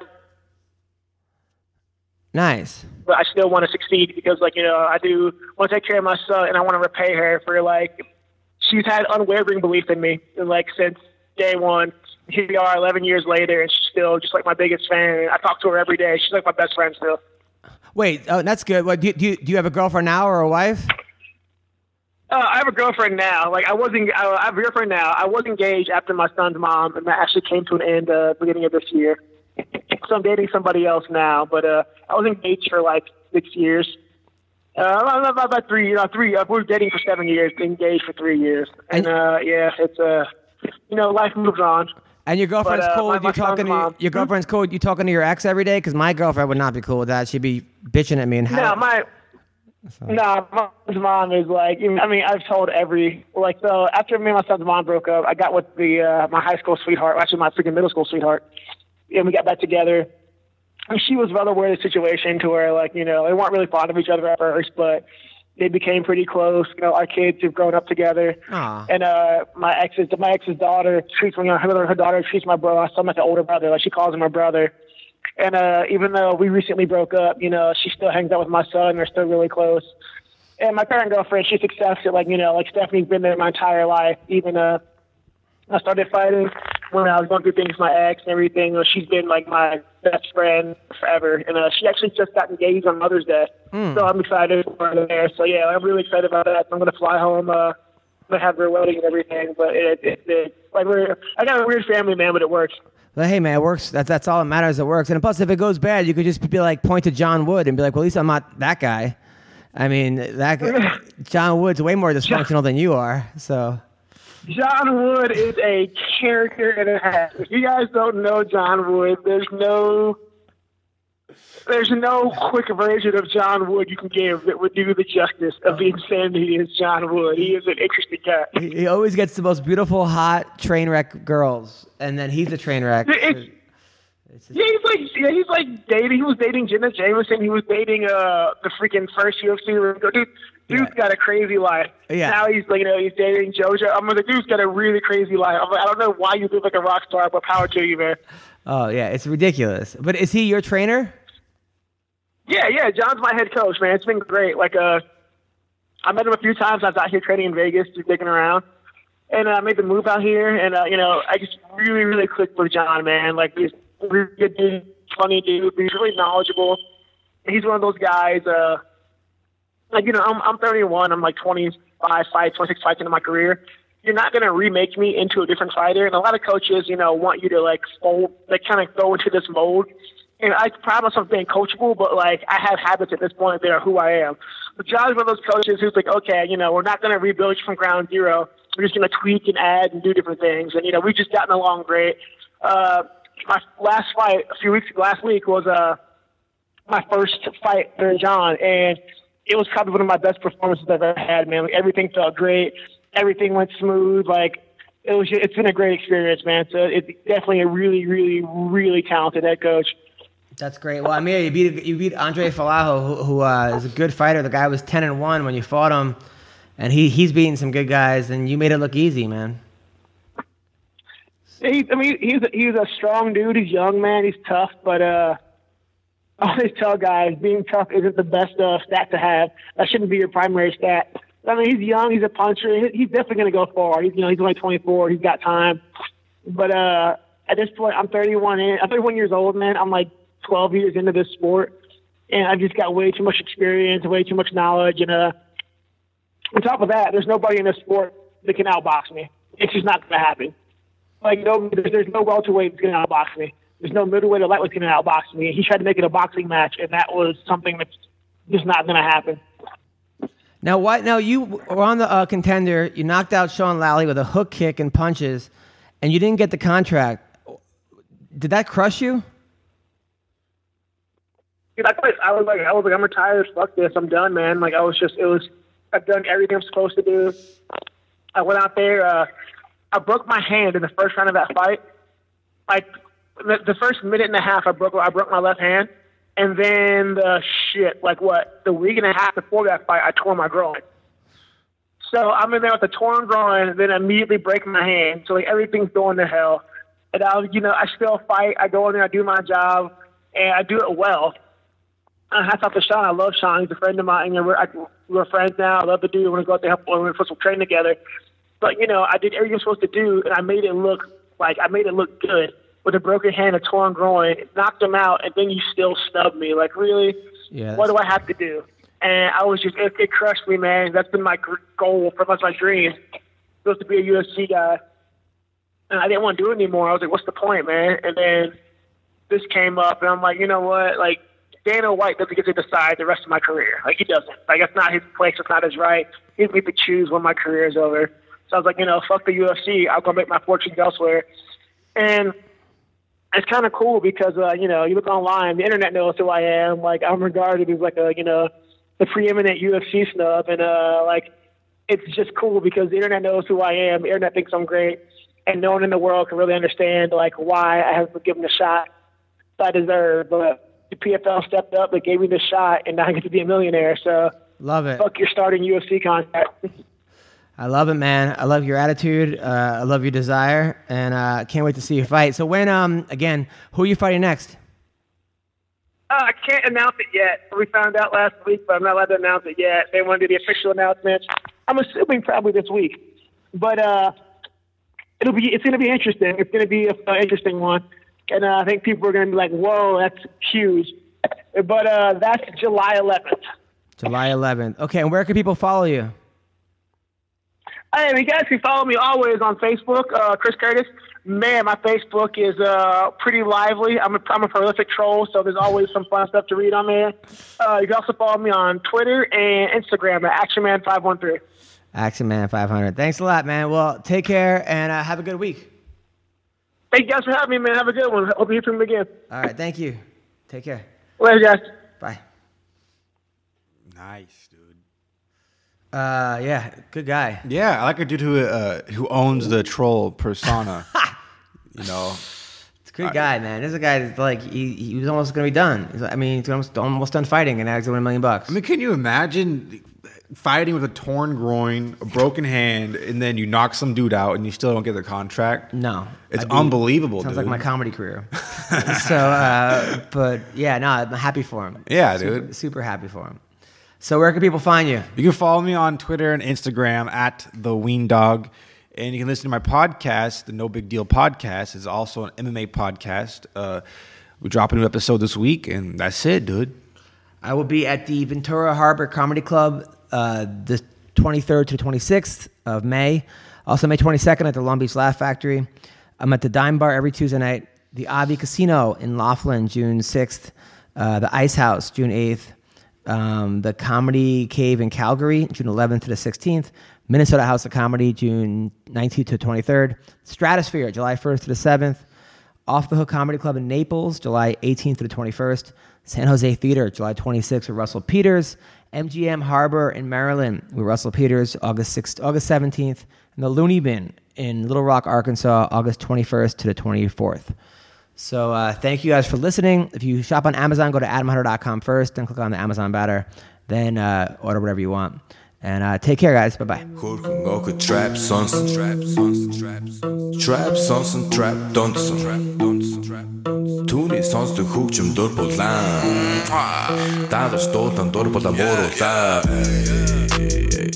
S1: nice.
S5: but I still want to succeed because, like, you know, I do want to take care of my son and I want to repay her for, like, she's had unwavering belief in me, and, like, since day one. Here we are 11 years later, and she's still just, like, my biggest fan. I talk to her every day. She's, like, my best friend still.
S1: Wait, oh, that's good. What do you, do you do you have a girlfriend now or a wife?
S5: Uh, I have a girlfriend now. Like I wasn't. I I have a girlfriend now. I was engaged after my son's mom, and that actually came to an end uh, beginning of this year. so I'm dating somebody else now, but uh, I was engaged for like six years. Uh, about, about- about three, uh, three. Uh, we were dating for seven years, been engaged for three years, and uh, yeah, it's uh, you know, life moves on.
S1: And your girlfriend's
S5: uh,
S1: cool
S5: my-
S1: with
S5: my
S1: you
S5: son's
S1: talking to your,
S5: mom- Hmm?
S1: your girlfriend's cool with you talking to your ex every day? Because my girlfriend would not be cool with that. She'd be bitching at me and
S5: No,
S1: how.
S5: my no, my son's mom is like. I mean, I've told every like. So after me and my son's mom broke up, I got with the uh, my high school sweetheart, actually my freaking middle school sweetheart, and we got back together. And she was rather aware of the situation to where like you know they weren't really fond of each other at first, but they became pretty close. You know, our kids have grown up together.
S1: Aw.
S5: And uh, my ex's my ex's daughter treats me. Her, her daughter treats my brother. I saw him like an older brother. Like she calls him her brother. And uh, even though we recently broke up, you know, she still hangs out with my son. They're still really close. And my current girlfriend, she's successful. Like, you know, like Stephanie's been there my entire life. Even uh, I started fighting when I was going through things with my ex and everything. Uh, She's been like my best friend forever. And uh, she actually just got engaged on Mother's Day. So I'm excited for her there. So yeah, I'm really excited about that. So I'm going to fly home. Uh, I'm going to have her wedding and everything. But it, it, it, like we're, I got a weird family, man, but it works.
S1: But hey, man, it works. That's that's all that matters. It works. And plus, if it goes bad, you could just be like point to John Wood and be like, well, at least I'm not that guy. I mean, that guy- John Wood's way more dysfunctional than you are. So
S5: John Wood is a character and a half. If you guys don't know John Wood, there's no there's no quick version of John Wood you can give that would do the justice of the insanity he is John Wood. He is an interesting guy.
S1: he, he always gets the most beautiful, hot train wreck girls, and then he's a train wreck.
S5: It's- Yeah, he's like yeah, he's like dating. He was dating Jenna Jameson. He was dating uh the freaking first UFC. Dude, dude's got a crazy life.
S1: Yeah.
S5: Now he's like you know he's dating JoJo. I'm like, dude's got a really crazy life. I'm like, I don't know why you live like a rock star, but power to you, man.
S1: Oh yeah, it's ridiculous. But is he your trainer?
S5: Yeah, yeah. John's my head coach, man. It's been great. Like, uh, I met him a few times. I was out here training in Vegas, just digging around, and uh, I made the move out here. And uh, you know, I just really, really clicked with John, man. Like, he's a really good dude, funny dude. He's really knowledgeable. He's one of those guys. Uh, like you know, I'm I'm 31. I'm like 25 fights, 26 fights into my career. You're not gonna remake me into a different fighter. And a lot of coaches, you know, want you to like fold, like kind of go into this mold. And I pride myself being coachable, but like I have habits at this point that are who I am. But John's one of those coaches who's like, okay, you know, we're not gonna rebuild you from ground zero. We're just gonna tweak and add and do different things. And you know, we've just gotten along great. Uh, my last fight a few weeks last week was uh my first fight for John, and it was probably one of my best performances I've ever had, man. Like, everything felt great, everything went smooth. Like it was, it's been a great experience, man. So it's definitely a really, really, really talented head coach.
S1: That's great. Well, I mean, you beat you beat Andre Falajo, who, who uh, is a good fighter. The guy was ten and one when you fought him, and he he's beating some good guys. And you made it look easy, man.
S5: He, I mean, he's a, he's a strong dude. He's young, man. He's tough, but uh, I always tell guys being tough isn't the best uh, stat to have. That shouldn't be your primary stat. I mean, he's young. He's a puncher. He- He's definitely going to go far. He's you know he's only 24. He's got time. But uh, at this point, I'm 31. In, I'm 31 years old, man. I'm like 12 years into this sport, and I've just got way too much experience, way too much knowledge, and uh, on top of that, there's nobody in this sport that can outbox me. It's just not going to happen. Like no, there's, there's no welterweight that's going to outbox me. There's no middleweight or lightweight that's going to outbox me. He tried to make it a boxing match, and that was something that's just not going to happen.
S1: Now, why? Now you were on the uh, contender. You knocked out Sean Lally with a hook kick and punches, and you didn't get the contract. Did that crush you?
S5: Dude, I, quit. I was like, I was like, I'm retired. Fuck this. I'm done, man. Like I was just, it was. I've done everything I'm supposed to do. I went out there. Uh, I broke my hand in the first round of that fight. Like the, the first minute and a half, I broke I broke my left hand, and then the shit, like what the week and a half before that fight, I tore my groin. So I'm in there with a torn groin, and then immediately break my hand. So like everything's going to hell. And I, was, you know, I still fight. I go in there, I do my job, and I do it well. Uh, hats off to Sean. I love Sean. He's a friend of mine. You know, we're, I, we're friends now. I love the dude. We're gonna go out there help. We're gonna supposed to train together. But you know, I did everything I'm supposed to do, and I made it look like I made it look good with a broken hand, a torn groin, knocked him out, and then you still snub me. Like really,
S1: Yeah,
S5: what do
S1: that's-
S5: I have to do? And I was just it, it crushed me, man. That's been my gr- goal, pretty much my dream, supposed to be a UFC guy. And I didn't want to do it anymore. I was like, what's the point, man? And then this came up, and I'm like, you know what? Like, Dana White doesn't get to decide the rest of my career. Like, he doesn't. Like, that's not his place. That's not his right. He doesn't get to choose when my career is over. So I was like, you know, fuck the UFC. I'll go make my fortunes elsewhere. And it's kind of cool because, uh, you know, you look online, the internet knows who I am. Like, I'm regarded as, like, a, you know, the preeminent UFC snub. And, uh, like, it's just cool because the internet knows who I am. The internet thinks I'm great. And no one in the world can really understand, like, why I haven't been given a shot I deserve. But the PFL stepped up, they gave me the shot, and now I get to be a millionaire. So
S1: Love it.
S5: fuck your starting UFC contract.
S1: I love it, man. I love your attitude. Uh, I love your desire, and uh, can't wait to see you fight. So when, um, again, who are you fighting next?
S5: Uh, I can't announce it yet. We found out last week, but I'm not allowed to announce it yet. They want to do the official announcement. I'm assuming probably this week, but uh, it'll be it's going to be interesting. It's going to be an interesting one, and uh, I think people are going to be like, "Whoa, that's huge!" But uh, that's July 11th.
S1: July 11th. Okay, and where can people follow you?
S5: Hey, you guys can follow me always on Facebook, uh, Chris Curtis. Man, my Facebook is uh, pretty lively. I'm a, I'm a prolific troll, so there's always some fun stuff to read on there. Uh, you can also follow me on Twitter and Instagram at ActionMan513.
S1: Action Man 500. Thanks a lot, man. Well, take care and uh, have a good week.
S5: Thank you guys for having me, man. Have a good one. Hope you hear from me again.
S1: All right, thank you. Take care.
S5: Later, guys.
S1: Bye.
S4: Nice, dude.
S1: Uh, yeah, good guy.
S4: Yeah, I like a dude who uh, who owns the troll persona. you know,
S1: It's a good guy, man. This is a guy that's like he, he was almost gonna be done. He's like- I mean, he's almost almost done fighting, and now he's gonna win a million bucks.
S4: I mean, can you imagine fighting with a torn groin, a broken hand, and then you knock some dude out and you still don't get the contract?
S1: no,
S4: It's
S1: I'd be-
S4: unbelievable,
S1: Sounds
S4: dude.
S1: like my comedy career. so, uh, but yeah, no, I'm happy for him.
S4: Yeah,
S1: super,
S4: dude.
S1: super happy for him. So, where can people find you?
S4: You can follow me on Twitter and Instagram at the Ween Dog, and you can listen to my podcast, the No Big Deal Podcast. It's also an MMA podcast. Uh, we drop a new episode this week, and that's it, dude.
S1: I will be at the Ventura Harbor Comedy Club uh, the 23rd to 26th of May. Also, May 22nd at the Long Beach Laugh Factory. I'm at the Dime Bar every Tuesday night. The Avi Casino in Laughlin, June 6th. Uh, the Ice House, June 8th. Um, the Comedy Cave in Calgary, June 11th to the 16th. Minnesota House of Comedy, June 19th to 23rd. Stratosphere, July 1st to the 7th. Off the Hook Comedy Club in Naples, July 18th to the 21st. San Jose Theater, July 26th with Russell Peters. MGM Harbor in Maryland with Russell Peters, August 6th, August 17th. And the Looney Bin in Little Rock, Arkansas, August 21st to the 24th. So uh, thank you guys for listening. If you shop on Amazon, go to adamhunter.com first, then click on the Amazon banner, then uh, order whatever you want. And uh, take care, guys. Bye bye.
S2: Хөрхөн огт trap sons and trap sons and trap sons trap sons and trap донцсон trap донцсон trap Түүний сонсдог хөгжим дур булаан Даалгавч дуулан дур булаан бууруулаа